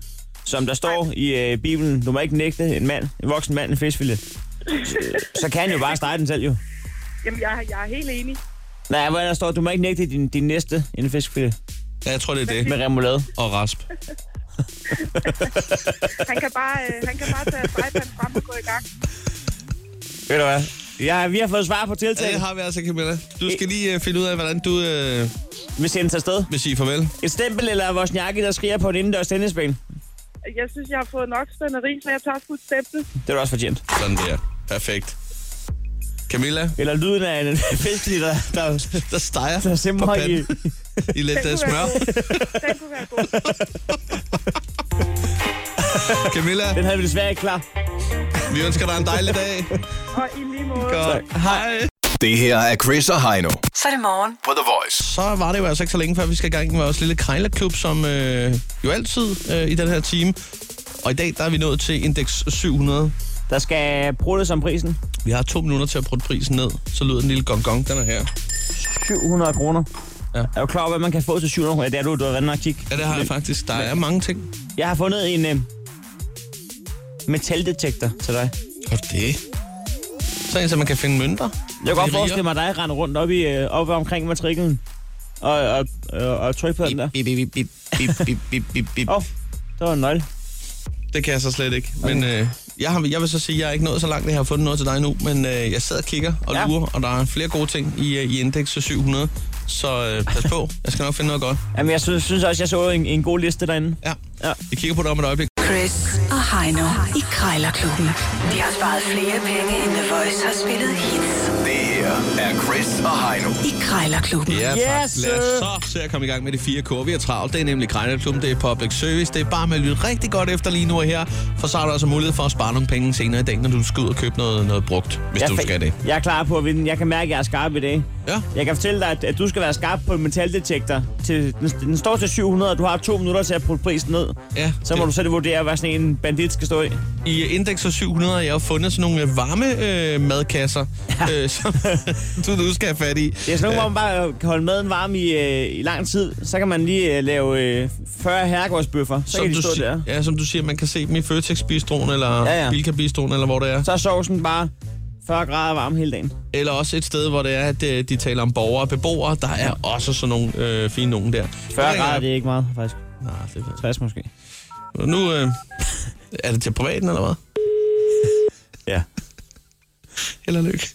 [SPEAKER 3] som der står i øh, Bibelen. Du må ikke nægte en mand, en voksen mand en fiskfilet. Så, så kan han jo bare stege den selv jo.
[SPEAKER 7] Jamen, jeg, jeg er helt enig.
[SPEAKER 3] Nej, hvor er der står, du må ikke nægte din, din næste en fiskfilet
[SPEAKER 2] Ja, jeg tror, det er det.
[SPEAKER 3] med remoulade.
[SPEAKER 2] Og rasp.
[SPEAKER 7] Han kan bare, øh, han kan bare tage iPad'en frem og gå i gang.
[SPEAKER 3] Ved du hvad? Ja, vi har fået svar på
[SPEAKER 2] Ja, det
[SPEAKER 3] tiltaget.
[SPEAKER 2] har vi altså, Camilla. Du skal lige øh, finde ud af, hvordan du øh,
[SPEAKER 3] Vi sendes afsted.
[SPEAKER 2] vil sige farvel.
[SPEAKER 3] Et stempel eller vores jakke, der skriger på en indendørs tennisbane.
[SPEAKER 7] Jeg synes, jeg har fået nok spænderi, så jeg tager sgu et stempel.
[SPEAKER 3] Det er du også fortjent.
[SPEAKER 2] Sådan der. Perfekt. Camilla,
[SPEAKER 3] Eller lyden af en fiskfilet, der, der,
[SPEAKER 2] der steger
[SPEAKER 3] der
[SPEAKER 2] på
[SPEAKER 3] simmer i...
[SPEAKER 2] panden i lidt øh, smør.
[SPEAKER 7] Den kunne være god.
[SPEAKER 2] Camilla,
[SPEAKER 3] Den havde vi desværre ikke klar.
[SPEAKER 2] vi ønsker dig en dejlig dag.
[SPEAKER 7] Og i lige måde.
[SPEAKER 2] Godt. Hej.
[SPEAKER 4] Det her er Chris og Heino
[SPEAKER 5] Så er det morgen.
[SPEAKER 4] på The Voice.
[SPEAKER 2] Så var det jo altså ikke så længe før, vi skal i gang med vores lille krejlerklub, som øh, jo altid øh, i den her time. Og i dag, der er vi nået til indeks 700.
[SPEAKER 3] Der skal bruges som prisen.
[SPEAKER 2] Vi har to minutter til at putte prisen ned. Så lyder den lille gong-gong, den er her.
[SPEAKER 3] 700 kroner.
[SPEAKER 2] Ja.
[SPEAKER 3] Ja. Er du klar over, hvad man kan få til 700 kroner? Ja, det er du, du har været nok kig.
[SPEAKER 2] Ja, det har jeg faktisk. Der er mange ting.
[SPEAKER 3] Jeg har fundet en øh, metaldetektor til dig.
[SPEAKER 2] Og det. Så en, så man kan finde mønter.
[SPEAKER 3] Jeg kan
[SPEAKER 2] Fordi
[SPEAKER 3] godt
[SPEAKER 2] riger-
[SPEAKER 3] forestille mig dig rende rundt op, i, øh, op omkring matriklen og, og, og, og trykke på den der.
[SPEAKER 2] Bip, bip, bip, bip, bip, bip, bip, bip, bip.
[SPEAKER 3] Åh, oh, der var en nøgle.
[SPEAKER 2] Det kan jeg så slet ikke. Men øh, jeg, har, jeg vil så sige, at jeg er ikke nået så langt, at jeg har fundet noget til dig nu. Men øh, jeg sidder og kigger og
[SPEAKER 3] Ja.
[SPEAKER 2] lurer, og der er flere gode ting i, øh, i indeks 700. Så øh, pas på, jeg skal nok finde noget godt.
[SPEAKER 3] Jamen, jeg synes, synes også, jeg så en, en god liste derinde.
[SPEAKER 2] Ja.
[SPEAKER 3] Ja.
[SPEAKER 2] Vi kigger på det om et øjeblik.
[SPEAKER 5] Chris og Heino i Krejlerklubben. De har sparet flere penge, end The Voice har spillet hits
[SPEAKER 4] Det her er Chris og Heino.
[SPEAKER 5] i Krejlerklubben.
[SPEAKER 2] Ja, tak.
[SPEAKER 3] Yes,
[SPEAKER 2] Lad os
[SPEAKER 3] sir.
[SPEAKER 2] så se at komme i gang med de fire kår. Vi er travlt. Det er nemlig Krejlerklubben, det er public service. Det er bare med at lytte rigtig godt efter lige nu og her. For så har du altså mulighed for at spare nogle penge senere i dag, når du skal ud og købe noget, noget brugt, hvis du
[SPEAKER 3] fa-
[SPEAKER 2] skal det.
[SPEAKER 3] jeg er klar på at vinde. Jeg kan mærke, at jeg er skarp i dag.
[SPEAKER 2] Ja.
[SPEAKER 3] Jeg kan fortælle dig, at, at du skal være skarp på en metaldetektor. Til, den, den står til 700, og du har to minutter til at putte prisen ned.
[SPEAKER 2] Ja,
[SPEAKER 3] Så må
[SPEAKER 2] det-
[SPEAKER 3] du selv vurdere, hvad sådan en bandit skal stå i.
[SPEAKER 2] I øh, Index for 700 har jeg jo fundet sådan nogle øh, varme øh, madkasser, øh, som du nu skal have fat i. Øh,
[SPEAKER 3] Det er sådan nogle, hvor man bare kan holde maden varm i, øh, i lang tid. Så kan man lige øh, lave øh, 40 herregårdsbøffer. Så kan de
[SPEAKER 2] du
[SPEAKER 3] stå
[SPEAKER 2] si-
[SPEAKER 3] der.
[SPEAKER 2] Ja, som du siger, man kan se dem i Føtex Bistroen, eller ja,
[SPEAKER 3] Ja,
[SPEAKER 2] ja.
[SPEAKER 3] ja.
[SPEAKER 2] Bilka Bistroen, eller hvor det er.
[SPEAKER 3] Så er sovsen bare 40 grader varm hele dagen.
[SPEAKER 2] Eller også et sted, hvor det er, at øh, de taler om borgere og beboere. Der er også sådan nogle øh, fine nogen der.
[SPEAKER 3] 40
[SPEAKER 2] ringer
[SPEAKER 3] grader,
[SPEAKER 2] jeg-
[SPEAKER 3] det er ikke meget, faktisk.
[SPEAKER 2] Nej, det er
[SPEAKER 3] 60 måske.
[SPEAKER 2] det. Nu øh, er det til privaten, eller hvad?
[SPEAKER 3] Ja.
[SPEAKER 2] Held og lykke.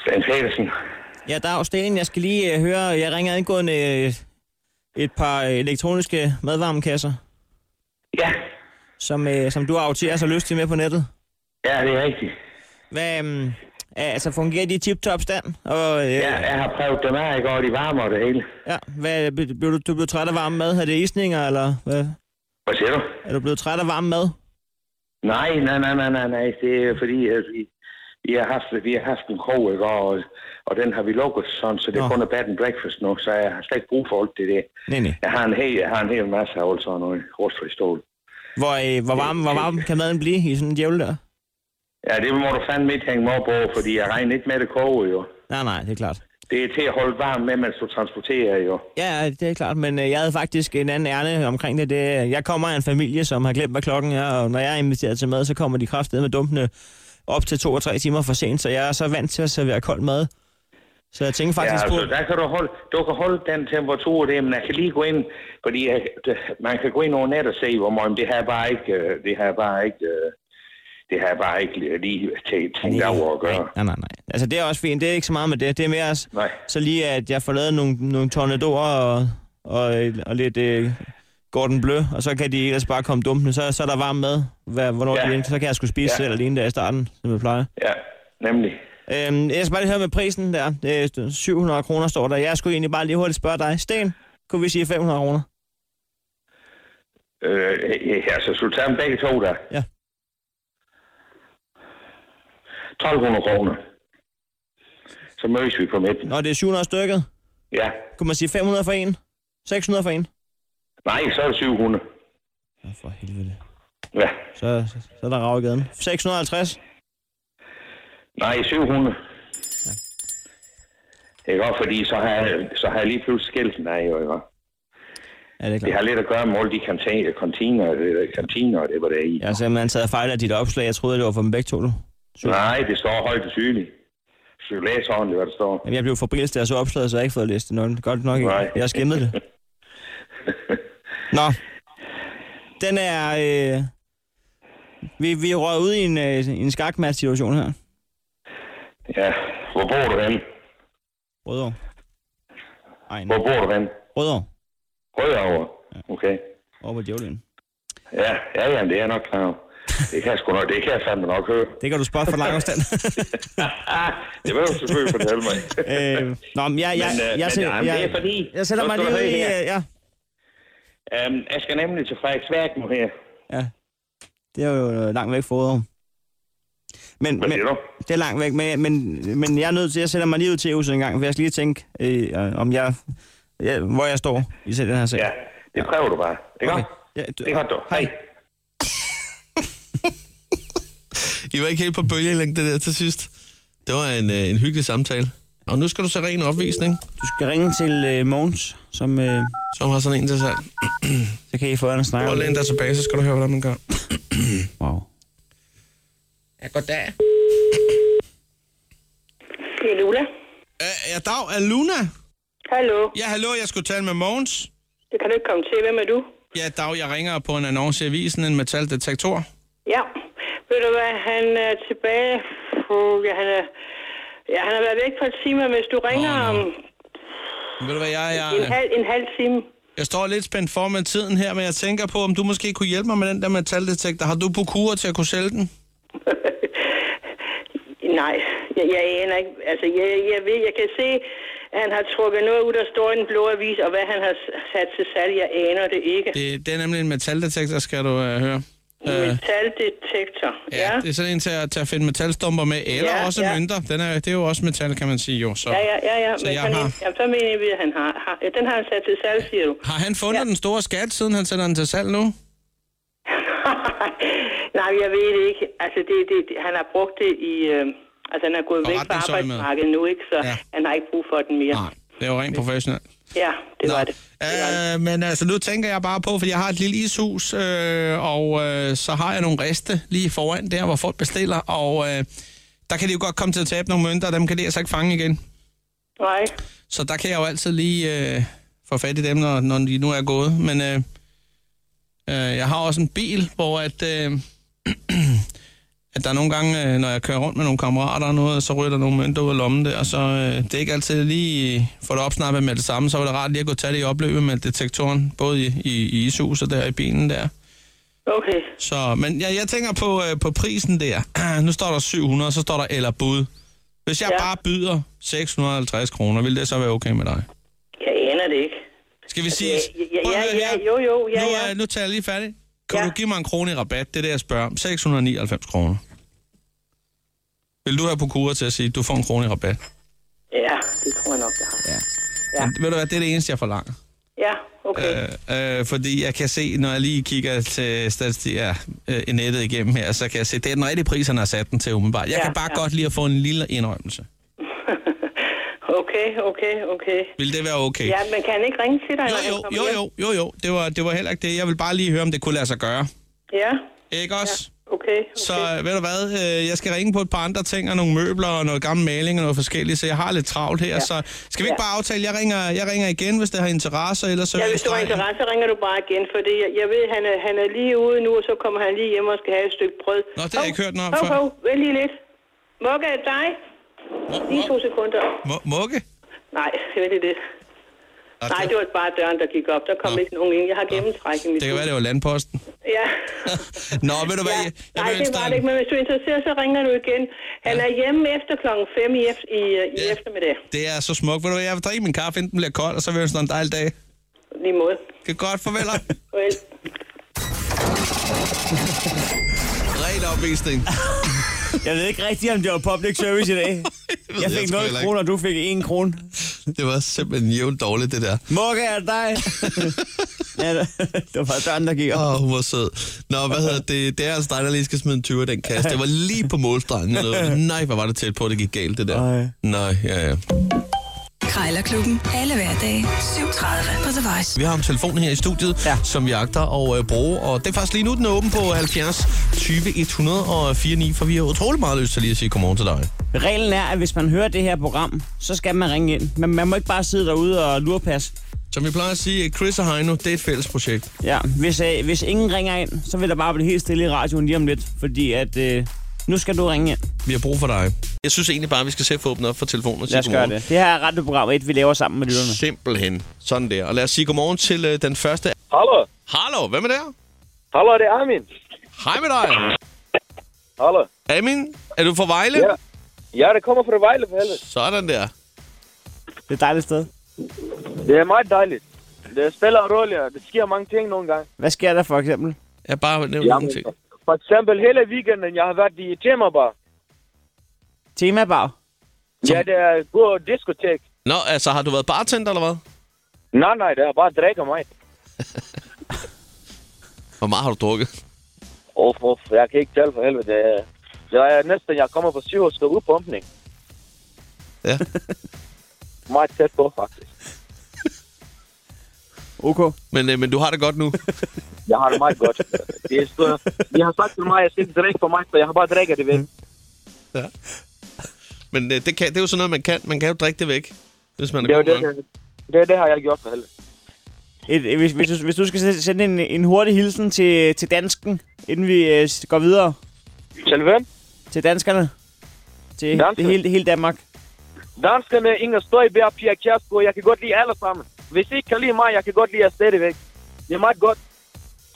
[SPEAKER 9] Stan Petersen.
[SPEAKER 3] Ja, Dag Sten, jeg skal lige øh, høre, jeg ringer angående øh, et par øh, elektroniske madvarmekasser,
[SPEAKER 9] Ja,
[SPEAKER 3] som, øh, som du aorterer så lyst til med på nettet.
[SPEAKER 9] ja det er rigtigt.
[SPEAKER 3] Hvad, øh, altså fungerer de i tip-top stand? Og, øh,
[SPEAKER 9] Ja, jeg har prøvet dem af i går, de varmer og det hele.
[SPEAKER 3] ja. Hvad, blev du, du blev træt af varm mad? Er det isninger, eller hvad?
[SPEAKER 9] Hvad siger du?
[SPEAKER 3] Er du blevet træt af varm mad?
[SPEAKER 9] Nej, nej, nej, nej, nej, nej. Det er fordi, at vi, vi, har haft, vi har haft en krog i går, og, og den har vi lukket sådan, så det
[SPEAKER 3] Nå.
[SPEAKER 9] er kun er bed and breakfast nu, så jeg har slet ikke brug for alt det der.
[SPEAKER 3] Nej, nej.
[SPEAKER 9] Jeg har en hel, jeg har en hel masse af alt sådan noget rustfri stål.
[SPEAKER 3] Hvor, øh, hvor, varm, hvor varm kan maden blive i sådan en djævel der?
[SPEAKER 9] Ja, det må du fandme ikke hænge mig op over, fordi jeg regner ikke med, at det koger jo.
[SPEAKER 3] Nej, nej, det er klart.
[SPEAKER 9] Det er til at holde varm med, mens du transporterer jo.
[SPEAKER 3] Ja, ja, det er klart, men øh, jeg havde faktisk en anden ærne omkring det. det øh, jeg kommer af en familie, som har glemt, hvad klokken er, og når jeg er inviteret til mad, så kommer de kraftedeme med dumpene op til to og tre timer for sent, så jeg er så vant til at servere kold mad. Så jeg tænker
[SPEAKER 9] Ja,
[SPEAKER 3] faktisk
[SPEAKER 9] altså,
[SPEAKER 3] på...
[SPEAKER 9] der kan du, holde, du kan holde den temperatur der, men jeg kan lige gå ind, fordi jeg, det- man kan gå ind over net og se, hvor meget det her bare ikke, øh, det her bare ikke, øh, det her bare ikke lige til tænkt over at gøre.
[SPEAKER 3] Nej, nej, nej. Altså, det er også fint. Det er ikke så meget med det. Det er mere også,
[SPEAKER 9] Nej.
[SPEAKER 3] så lige, at jeg får lavet nogle, nogle tornadoer og, og, øh, og lidt øh, Gordon Bleu, og så kan de ellers bare komme dumpende. Så, så er der varm mad, hvad, hvornår
[SPEAKER 9] Ja.
[SPEAKER 3] ja. de er inde. Så kan jeg skulle spise ja.
[SPEAKER 9] Ja.
[SPEAKER 3] selv alene der i starten, som jeg plejer.
[SPEAKER 9] Ja, nemlig.
[SPEAKER 3] Øhm, jeg skal bare lige høre med prisen der. Det er 700 kroner står der. Jeg skulle egentlig bare lige hurtigt spørge dig. Sten, kunne vi sige 500 kroner?
[SPEAKER 9] Øh, øh, altså, så tager dem begge to der.
[SPEAKER 3] Ja.
[SPEAKER 9] 1200 kroner. Så mødes vi på midten.
[SPEAKER 3] Nå, det er 700 stykket.
[SPEAKER 9] Ja.
[SPEAKER 3] Kunne man sige 500 for en? 600 for en?
[SPEAKER 9] Nej, så er det 700.
[SPEAKER 3] Ja, for helvede.
[SPEAKER 9] Ja.
[SPEAKER 3] Så, så, så er der rav i gaden. 650?
[SPEAKER 9] Nej, 700. Ja. Ikke også, fordi så har, jeg, så har jeg lige pludselig skilt den af, jo, ikke også?
[SPEAKER 3] Ja, det er
[SPEAKER 9] Det har
[SPEAKER 3] klart.
[SPEAKER 9] lidt at gøre med alle de kantiner, kantiner, øh, kantiner og det var der er i.
[SPEAKER 3] Jeg har simpelthen taget fejl af dit opslag. Jeg troede, det var for dem begge to, du.
[SPEAKER 9] Nej, det står højt og tydeligt. Så du læser ordentligt, hvad der står.
[SPEAKER 3] Jamen, jeg blev forbrillet, da jeg så opslaget, så jeg har ikke fået læst det nok. Godt nok ikke.
[SPEAKER 9] Nej.
[SPEAKER 3] Jeg har skimmet det. Nå. Den er... Øh... Vi, vi er røget ud i en, øh, en skakmat-situation her.
[SPEAKER 9] Ja. Hvor bor du henne?
[SPEAKER 3] Rødovre. Ej,
[SPEAKER 9] Hvor bor du henne?
[SPEAKER 3] Rødovre.
[SPEAKER 9] Rødovre. Okay.
[SPEAKER 3] Over på djævlen.
[SPEAKER 9] Ja, ja, ja, det er jeg nok klar over. Det kan jeg sgu nok, det kan jeg fandme nok høre.
[SPEAKER 3] Det kan du spotte for lang afstand.
[SPEAKER 9] Ah, det vil du selvfølgelig fortælle mig.
[SPEAKER 3] øh, nå, men jeg, jeg,
[SPEAKER 9] Men, øh,
[SPEAKER 3] jeg,
[SPEAKER 9] men,
[SPEAKER 3] jeg,
[SPEAKER 9] jamen, det er fordi-
[SPEAKER 3] jeg sætter
[SPEAKER 9] Så
[SPEAKER 3] mig
[SPEAKER 9] skal
[SPEAKER 3] lige
[SPEAKER 9] du
[SPEAKER 3] ud
[SPEAKER 9] have
[SPEAKER 3] i...
[SPEAKER 9] det her.
[SPEAKER 3] øh, Ja,
[SPEAKER 9] um, jeg skal nemlig til Frederiksværk nu her.
[SPEAKER 3] ja. Det er jo øh, langt væk fra Rødovre. Men,
[SPEAKER 9] Hvad
[SPEAKER 3] men,
[SPEAKER 9] siger du?
[SPEAKER 3] det er langt væk, men, men, men jeg er nødt til, at sætte mig lige ud til EU en gang, for jeg skal lige tænke, øh, om jeg, ja, hvor jeg står i den her sag.
[SPEAKER 9] Ja, det prøver du bare. Ikke okay.
[SPEAKER 3] Ja, du,
[SPEAKER 9] Det er godt, du. Hej.
[SPEAKER 2] I var ikke helt på bølgelængde der til sidst. Det var en, øh, en hyggelig samtale. Og nu skal du så ren opvisning,
[SPEAKER 3] du skal ringe til øh, Mogens, som, øh,
[SPEAKER 2] som har sådan en til sig.
[SPEAKER 3] så kan I få en snak.
[SPEAKER 2] Prøv at læne dig tilbage, så skal du høre, hvordan man gør.
[SPEAKER 3] Wow.
[SPEAKER 2] Ja, goddag.
[SPEAKER 10] Det er Lula.
[SPEAKER 2] Øh, ja, dag. Er Luna?
[SPEAKER 10] Hallo.
[SPEAKER 2] Ja, hallo. Jeg skulle tale med Mogens.
[SPEAKER 10] Det kan du ikke komme til. Hvem er du?
[SPEAKER 2] Ja, dag. Jeg ringer på en annonce i avisen, en metaldetektor.
[SPEAKER 10] Ja, ved du hvad, han er tilbage. Puh, ja, han er, ja, han har været væk for et time, men hvis du ringer
[SPEAKER 2] Åh,
[SPEAKER 10] oh,
[SPEAKER 2] nå.
[SPEAKER 10] om
[SPEAKER 2] Men Ved du hvad, jeg,
[SPEAKER 10] en,
[SPEAKER 2] jeg,
[SPEAKER 10] halv, en halv time,
[SPEAKER 2] jeg står lidt spændt for med tiden her, men jeg tænker på, om du måske kunne hjælpe mig med den der metaldetektor. Har du på kurer til at kunne sælge den?
[SPEAKER 10] nej, jeg, jeg aner ikke. Altså, jeg, jeg, ved, jeg kan se, at han har trukket noget ud, der står i den blå avis, og hvad han har s- sat til salg, jeg aner det ikke.
[SPEAKER 2] Det, det er nemlig en metaldetektor, skal du øh, høre. Øh,
[SPEAKER 10] Metaldetektor, ja.
[SPEAKER 2] ja, det er sådan en til at, til at finde metalstumper med, eller
[SPEAKER 10] Ja,
[SPEAKER 2] også
[SPEAKER 10] ja.
[SPEAKER 2] mønter. Den er, det er jo også metal, kan man sige jo. Så.
[SPEAKER 10] Ja, ja, ja, ja.
[SPEAKER 2] Så
[SPEAKER 10] Men
[SPEAKER 2] jeg
[SPEAKER 10] sådan en,
[SPEAKER 2] har-
[SPEAKER 10] jamen, så mener vi, at han har, har, ja, den har han sat til salg, siger du.
[SPEAKER 2] Har han fundet
[SPEAKER 10] Ja.
[SPEAKER 2] den store skat, siden han sender den til salg nu?
[SPEAKER 10] Nej, jeg ved det ikke. Altså, det, det, det, han har brugt det i... Øh, altså, han er gået væk fra
[SPEAKER 2] Forretningsøjemed.
[SPEAKER 10] arbejdsmarkedet nu, ikke? Så
[SPEAKER 2] Ja.
[SPEAKER 10] ja. han har ikke brug for den mere.
[SPEAKER 2] Nej, det er jo rent professionelt.
[SPEAKER 10] Ja, det var det. det, var det.
[SPEAKER 2] Øh, men altså, nu tænker jeg bare på, for jeg har et lille ishus, øh, og øh, så har jeg nogle riste lige foran der, hvor folk bestiller, og øh, der kan de jo godt komme til at tabe nogle mønter, og dem kan de altså ikke fange igen.
[SPEAKER 10] Nej.
[SPEAKER 2] Så der kan jeg jo altid lige øh, få fat i dem, når, når de nu er gået. Men øh, øh, jeg har også en bil, hvor at, øh, at der er nogle gange, øh, når jeg kører rundt med nogle kammerater og noget, så ryger der nogle mønter ud af lommen der, og så øh, det er ikke altid lige få det opsnappet med det samme, så var det rart lige at gå tage det i opløbet med detektoren, både i, i, i ishus og der i bilen der.
[SPEAKER 10] Okay.
[SPEAKER 2] Så, men jeg, jeg tænker på, øh, på prisen der. nu står der 700, så står der eller bud. Hvis jeg ja.
[SPEAKER 10] Ja.
[SPEAKER 2] bare byder 650 kroner, vil det så være okay med dig?
[SPEAKER 10] Jeg aner det ikke. Altså,
[SPEAKER 2] Skal vi sige...
[SPEAKER 10] ja, ja,
[SPEAKER 2] Prøv at høre
[SPEAKER 10] ja,
[SPEAKER 2] her.
[SPEAKER 10] jo, jo, ja,
[SPEAKER 2] nu,
[SPEAKER 10] ja.
[SPEAKER 2] øh, Nu tager jeg lige færdig. Kan
[SPEAKER 10] Ja.
[SPEAKER 2] du give mig en krone i rabat? Det er det, jeg spørger om. 699 kroner. Vil du have på kurer til at sige, at du får en krone i rabat?
[SPEAKER 10] Ja, det tror jeg nok, jeg har.
[SPEAKER 2] Ja. Ved du hvad, det er det eneste, jeg forlanger.
[SPEAKER 10] Ja, okay. Øh.
[SPEAKER 2] Øh, øh, fordi jeg kan se, når jeg lige kigger til statistik, ja, øh, i nettet igennem her, så kan jeg se, det er den rigtige pris, han har sat den til umiddelbart. Jeg ja,
[SPEAKER 10] Ja,
[SPEAKER 2] kan bare ja.
[SPEAKER 10] ja.
[SPEAKER 2] godt lide at få en lille indrømmelse.
[SPEAKER 10] okay, okay, okay.
[SPEAKER 2] Vil det være okay?
[SPEAKER 10] Ja, men kan han ikke ringe til dig? når han
[SPEAKER 2] Jo,
[SPEAKER 10] kommer
[SPEAKER 2] jo,
[SPEAKER 10] hjem?
[SPEAKER 2] jo, jo, jo, jo. Det var, det var heller ikke det. Jeg vil bare lige høre, om det kunne lade sig gøre.
[SPEAKER 10] Ja,
[SPEAKER 2] Ikke også? Ja.
[SPEAKER 10] okay, okay.
[SPEAKER 2] Så øh, ved du hvad, øh, jeg skal ringe på et par andre ting, og nogle møbler, og noget gammel maling, og noget forskelligt, så jeg har lidt travlt her. Ja. Så skal vi ikke
[SPEAKER 10] Ja.
[SPEAKER 2] bare aftale, jeg ringer, jeg ringer igen, hvis det har interesse, eller så...
[SPEAKER 10] Ja,
[SPEAKER 2] vil jeg
[SPEAKER 10] hvis du har
[SPEAKER 2] strege-
[SPEAKER 10] interesse, ringer du bare igen, for det, jeg, jeg ved, han er, han er lige ude nu, og så kommer han lige hjem og skal have et stykke brød.
[SPEAKER 2] Nå, det har jeg ikke hørt noget om
[SPEAKER 10] hov,
[SPEAKER 2] før.
[SPEAKER 10] Hov, vent lige lidt. Mokka, er det dig? Lige to sekunder.
[SPEAKER 2] Mu- Mukke?
[SPEAKER 10] Nej, det er det.
[SPEAKER 2] Nå,
[SPEAKER 10] Nej, det var bare døren, der gik op. Der kom
[SPEAKER 2] Nå.
[SPEAKER 10] ikke nogen ind. Jeg har gennemtræk i mit
[SPEAKER 2] det kan være, det var landposten.
[SPEAKER 10] hus. Ja.
[SPEAKER 2] Nå, ved du hvad,
[SPEAKER 10] ja.
[SPEAKER 2] jeg, jeg
[SPEAKER 10] Nej,
[SPEAKER 2] vil
[SPEAKER 10] det
[SPEAKER 2] ønske
[SPEAKER 10] var
[SPEAKER 2] dig
[SPEAKER 10] det
[SPEAKER 2] en-
[SPEAKER 10] ikke, men hvis du er interesseret, så ringer du igen. Han er hjemme efter klokken 5 i, eft- i, øh, i
[SPEAKER 2] Ja.
[SPEAKER 10] eftermiddag.
[SPEAKER 2] Det er så smukt. Ved du hvad, jeg vil drikke min kaffe, inden den bliver kold, og så vil jeg ønske dig en dejlig dag.
[SPEAKER 10] Lige måde.
[SPEAKER 2] Det er godt, farvel.
[SPEAKER 10] Well.
[SPEAKER 2] Ren opvisning.
[SPEAKER 3] Jeg ved ikke rigtigt, om det var public service i dag. Jeg
[SPEAKER 2] jeg
[SPEAKER 3] fik
[SPEAKER 2] sgu
[SPEAKER 3] 0
[SPEAKER 2] heller ikke.
[SPEAKER 3] kroner, og du fik 1 krone.
[SPEAKER 2] Det var simpelthen jævnt dårligt, det der.
[SPEAKER 3] Mokka, er det dig? ja, det var bare døren, der gik op.
[SPEAKER 2] Åh, oh, hun var sød. Nå, hvad hedder det? Det er altså dig, der lige skal smide en 20 den kasse. Det var lige på målstregen. Jeg nåede- Nej, hvor var det tæt på, det gik galt, det der.
[SPEAKER 3] Ej.
[SPEAKER 2] Nej, ja, ja.
[SPEAKER 5] Krejlerklubben. Alle hverdage 7.30 på The Voice.
[SPEAKER 2] Vi har en telefon her i studiet, ja.
[SPEAKER 3] Ja.
[SPEAKER 2] som vi agter at øh, bruge, og det er faktisk lige nu, den er åben på 70 20 104 9, for vi har utrolig meget lyst til lige at sige godmorgen til dig.
[SPEAKER 3] Reglen er, at hvis man hører det her program, så skal man ringe ind. Men man må ikke bare sidde derude og lurepasse.
[SPEAKER 2] Som vi plejer at sige, Chris og Heino, det er et fælles projekt.
[SPEAKER 3] Ja, hvis, øh, hvis ingen ringer ind, så vil der bare blive helt stille i radioen lige om lidt, fordi at øh, nu skal du ringe ind.
[SPEAKER 2] Vi har brug for dig. Jeg synes egentlig bare, at vi skal se at få åbnet op for telefonen og sige
[SPEAKER 3] Lad os gøre
[SPEAKER 2] godmorgen.
[SPEAKER 3] det. Det her er radioprogram 1, vi laver sammen med lytterne.
[SPEAKER 2] Simpelthen. Sådan der. Og lad os sige godmorgen til øh, den første.
[SPEAKER 11] Hallo.
[SPEAKER 2] Hallo, hvem er der?
[SPEAKER 11] Hallo, det er Armin.
[SPEAKER 2] Hej med dig.
[SPEAKER 11] Hallo.
[SPEAKER 2] Amin, er du fra Vejle?
[SPEAKER 11] Ja. Ja, det kommer fra Vejle for helvede.
[SPEAKER 2] Sådan der.
[SPEAKER 3] Det er et dejligt sted.
[SPEAKER 11] Det er meget dejligt. Det spiller en rolle, og det sker mange ting nogle gange.
[SPEAKER 3] Hvad sker der for eksempel?
[SPEAKER 2] Jeg har bare nævnt ja, nogle ting.
[SPEAKER 11] For eksempel hele weekenden, jeg har været i temabar.
[SPEAKER 3] Temabag.
[SPEAKER 11] Ja, det er god diskotek.
[SPEAKER 2] Nå, altså har du været bartender eller hvad?
[SPEAKER 11] Nej, nej, det er bare drikker mig.
[SPEAKER 2] Hvor meget har du drukket?
[SPEAKER 11] Uff, uff, jeg kan ikke tælle for helvede. Det er, det er næsten, jeg kommer på sygehus og udpumpning.
[SPEAKER 2] Ja.
[SPEAKER 11] Meget tæt på, faktisk.
[SPEAKER 3] OK.
[SPEAKER 2] Men, øh, men du har det godt nu.
[SPEAKER 11] Jeg har det meget godt. Det er, så, de har sagt til mig, at jeg skal ikke drikke for mig, så jeg har bare drikket det væk.
[SPEAKER 2] Men øh, det, kan, det er jo sådan noget, man kan. Man kan jo drikke det væk, hvis man er
[SPEAKER 11] Det er jo
[SPEAKER 2] god
[SPEAKER 11] det,
[SPEAKER 2] nok.
[SPEAKER 11] det, det, er det har jeg gjort for helvede.
[SPEAKER 3] Et, et- hvis, hvis, du, hvis du skal se- sende en, en hurtig hilsen til, til dansken, inden vi øh, s- går videre
[SPEAKER 11] Til hvem?
[SPEAKER 3] til danskerne. Til
[SPEAKER 11] Danskerne?
[SPEAKER 3] det hele, hele Danmark.
[SPEAKER 11] Danskerne, Inger Støjberg, Pia Kjærsgaard, jeg kan godt lide alle sammen. Hvis I ikke kan lide mig, jeg kan godt lide jer stadigvæk. Det er meget godt.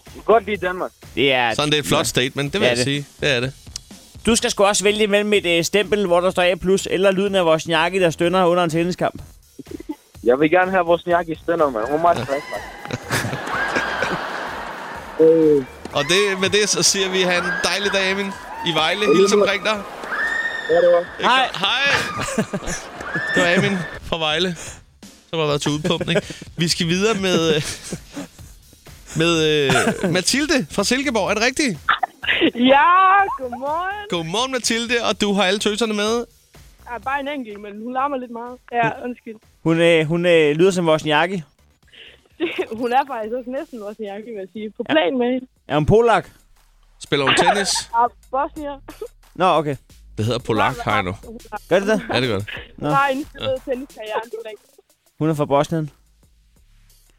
[SPEAKER 11] Jeg kan godt lide Danmark.
[SPEAKER 3] Det er,
[SPEAKER 2] Sådan, det er et flot statement, det vil
[SPEAKER 3] Ja,
[SPEAKER 2] jeg
[SPEAKER 3] det.
[SPEAKER 2] sige. Det er det.
[SPEAKER 3] Du skal sgu også vælge mellem et øh, stempel, hvor der står A+, eller lyden af vores jakke, der stønner under en tenniskamp.
[SPEAKER 11] Jeg vil gerne have vores jakke i stænder, mand. Hun er meget stræk, mand. Øh,
[SPEAKER 2] Og det, med det, så siger vi, have en dejlig dag, Amin. I Vejle, hils omkring dig.
[SPEAKER 11] hvad er det var?
[SPEAKER 3] Hej.
[SPEAKER 2] Hej. Det var Amin fra Vejle, som har været til udpumpning. Vi skal videre med... øh, Med øh, Mathilde fra Silkeborg. Er det rigtigt?
[SPEAKER 7] Ja, godmorgen.
[SPEAKER 2] Godmorgen, Mathilde, og du har alle tøserne med.
[SPEAKER 7] Ja, bare en enkelt, men hun larmer lidt meget. Ja, undskyld.
[SPEAKER 3] Hun, øh, hun øh, lyder som vores jakke.
[SPEAKER 7] Hun er faktisk også næsten også en jakke, vil jeg sige. På plan med hende.
[SPEAKER 3] Er hun polak?
[SPEAKER 2] Spiller hun tennis?
[SPEAKER 7] Ja, Bosnier.
[SPEAKER 3] Nå, okay.
[SPEAKER 2] Det hedder Polak, Heino.
[SPEAKER 7] Hun
[SPEAKER 3] Gør det det?
[SPEAKER 2] Ja, det er godt.
[SPEAKER 7] har- har indstillet tenniskarrieren til dag.
[SPEAKER 3] Hun er fra Bosnien.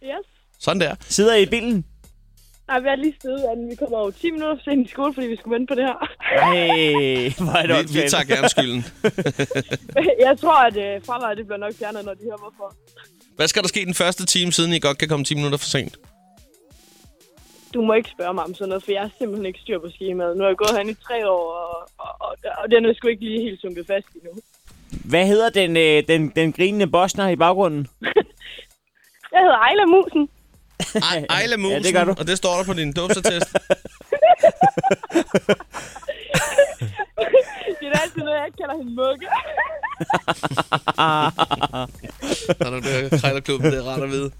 [SPEAKER 7] Yes.
[SPEAKER 2] Sådan der.
[SPEAKER 3] Sidder I i bilen?
[SPEAKER 7] Nej, vi er lige stedet, at vi kommer over 10 minutter for sent i skole, fordi vi skulle vente på det her.
[SPEAKER 3] Hey, hvor er det
[SPEAKER 2] Vi, vi
[SPEAKER 3] åndssvagt.
[SPEAKER 2] tager gerne skylden.
[SPEAKER 7] jeg tror, at øh, fradraget det bliver nok fjernet, når de hører hvorfor.
[SPEAKER 2] Hvad skal der ske den første time, siden I godt kan komme 10 minutter for sent?
[SPEAKER 7] Du må ikke spørge mig om sådan noget, for jeg er simpelthen ikke styr på skemaet. Nu har jeg gået herinde i tre år, og, og, og, og den er sgu ikke lige helt sunket fast endnu.
[SPEAKER 3] Hvad hedder den, øh, den, den grinende bosner i baggrunden?
[SPEAKER 7] Jeg hedder Ejla Musen.
[SPEAKER 2] Ej, Ejla Musen,
[SPEAKER 3] Ja, det gør du.
[SPEAKER 2] og det står der på din dåbsattest.
[SPEAKER 7] Det er altid noget, jeg ikke kalder hende mukke.
[SPEAKER 2] Når der bliver krejlerklubben, det er rart at vide.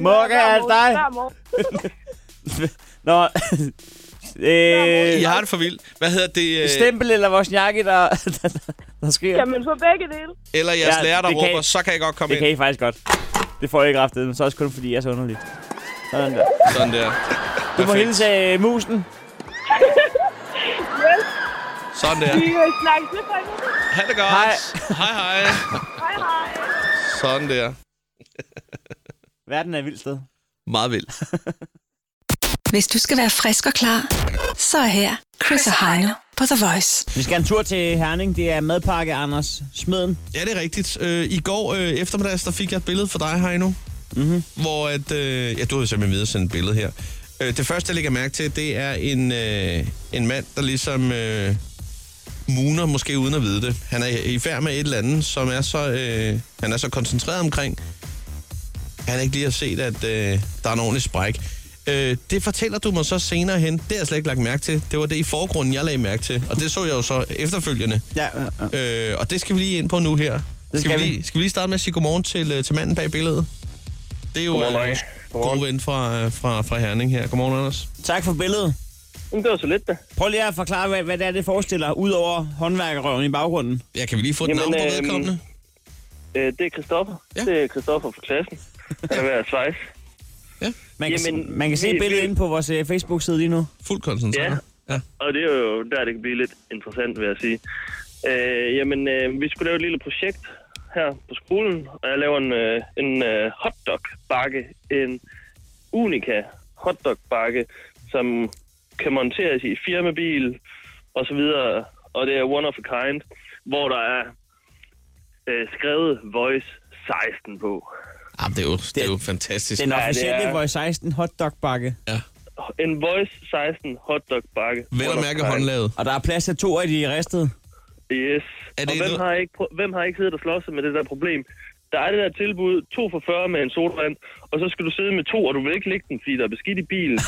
[SPEAKER 3] Mokka, er det dig? Nå, øh,
[SPEAKER 2] Jeg har det for vildt. Hvad hedder det? øh,
[SPEAKER 3] stempel eller vores jakke, der, der, der, der skriger?
[SPEAKER 7] Jamen, for begge dele.
[SPEAKER 2] Eller jeres
[SPEAKER 3] Ja,
[SPEAKER 2] lærer, der
[SPEAKER 3] det kan
[SPEAKER 2] råber,
[SPEAKER 3] I-
[SPEAKER 2] så kan jeg godt komme
[SPEAKER 3] Det kan I
[SPEAKER 2] ind.
[SPEAKER 3] faktisk godt. Det får jeg ikke raftet, men så er det også kun fordi, jeg er så underlig. Sådan der.
[SPEAKER 2] Sådan der.
[SPEAKER 3] Du må
[SPEAKER 2] Perfekt.
[SPEAKER 3] hilse øh, musen.
[SPEAKER 2] Sådan der.
[SPEAKER 7] Vi øh, snakkes lidt fra nu.
[SPEAKER 2] Ha' det godt.
[SPEAKER 3] Hej.
[SPEAKER 2] Hej, hej.
[SPEAKER 7] Hej, hej.
[SPEAKER 2] Sådan der.
[SPEAKER 3] Verden er et vildt sted.
[SPEAKER 2] Meget vildt.
[SPEAKER 5] Hvis du skal være frisk og klar, så er her Chris og Heino på The Voice.
[SPEAKER 3] Vi skal en tur til Herning. Det er madpakke, Anders. Smeden.
[SPEAKER 2] Ja, det er rigtigt. Øh, I går øh, eftermiddags, der fik jeg et billede fra dig, Heino. Mm-hmm. Hvor at... Øh, ja, du har jo simpelthen videresendt et billede her. Øh, det første, jeg lægger mærke til, det er en, øh, en mand, der ligesom... Øh, muner, måske uden at vide det. Han er i færd med et eller andet, som er så, øh, han er så koncentreret omkring. Han ikke lige har set, at øh, der er en ordentlig spræk. Øh, det fortæller du mig så senere hen. Det har jeg slet ikke lagt mærke til. Det var det i forgrunden, jeg lagde mærke til. Og det så jeg jo så efterfølgende.
[SPEAKER 3] Ja, ja,
[SPEAKER 2] Øh, og det skal vi lige ind på nu her. Det skal,
[SPEAKER 3] skal
[SPEAKER 2] vi.
[SPEAKER 3] vi.
[SPEAKER 2] Lige, skal vi lige starte med at sige godmorgen til, øh, til manden bag billedet? Det er jo øh, god ven fra, øh, fra, fra Herning her. Godmorgen, Anders.
[SPEAKER 3] Tak for billedet.
[SPEAKER 12] Jamen, det var så lidt, da.
[SPEAKER 3] Prøv lige at forklare, hvad, hvad det er, det forestiller, udover håndværkerøven i baggrunden.
[SPEAKER 2] Ja, kan vi lige få
[SPEAKER 12] Jamen, øhm, Øh, det er Christoffer. Ja. Det er Christoffer fra klassen. Han er ved at svejse.
[SPEAKER 3] Man kan, Jamen,
[SPEAKER 12] Jamen,
[SPEAKER 3] man kan se
[SPEAKER 12] vi-
[SPEAKER 3] billedet
[SPEAKER 12] vi-
[SPEAKER 3] inde på vores øh, Facebook-side lige nu.
[SPEAKER 2] Fuld koncentreret.
[SPEAKER 12] Ja.
[SPEAKER 2] ja.
[SPEAKER 12] Og det er jo der, det kan blive lidt interessant, vil jeg sige. Øh, jamen, øh, vi skulle lave et lille projekt her på skolen, og jeg laver en, øh, en øh, hotdog-bakke, en unika hotdog-bakke, som kan monteres i firmabil og så videre, og det er one of a kind, hvor der er øh, skrevet Voice 16 på.
[SPEAKER 2] Ah, det, er jo, det, er jo fantastisk.
[SPEAKER 3] Den
[SPEAKER 12] Ja, det er-
[SPEAKER 3] officielle ja, Voice 16 hotdog-bakke.
[SPEAKER 2] Ja.
[SPEAKER 12] En Voice 16 hotdog-bakke.
[SPEAKER 2] Vel
[SPEAKER 12] one of
[SPEAKER 2] at
[SPEAKER 12] a
[SPEAKER 2] mærke
[SPEAKER 12] kind.
[SPEAKER 2] håndlavet.
[SPEAKER 3] Og der er plads til to af de ristede.
[SPEAKER 12] Yes.
[SPEAKER 2] Er
[SPEAKER 12] Er
[SPEAKER 2] det
[SPEAKER 12] det og hvem
[SPEAKER 2] noget-
[SPEAKER 12] har, ikke, prø- hvem har ikke siddet og slåsset med det der problem? Der er det der tilbud, to for 40 med en sodavand, og så skal du sidde med to, og du vil ikke lægge den, fordi der er beskidt i bilen.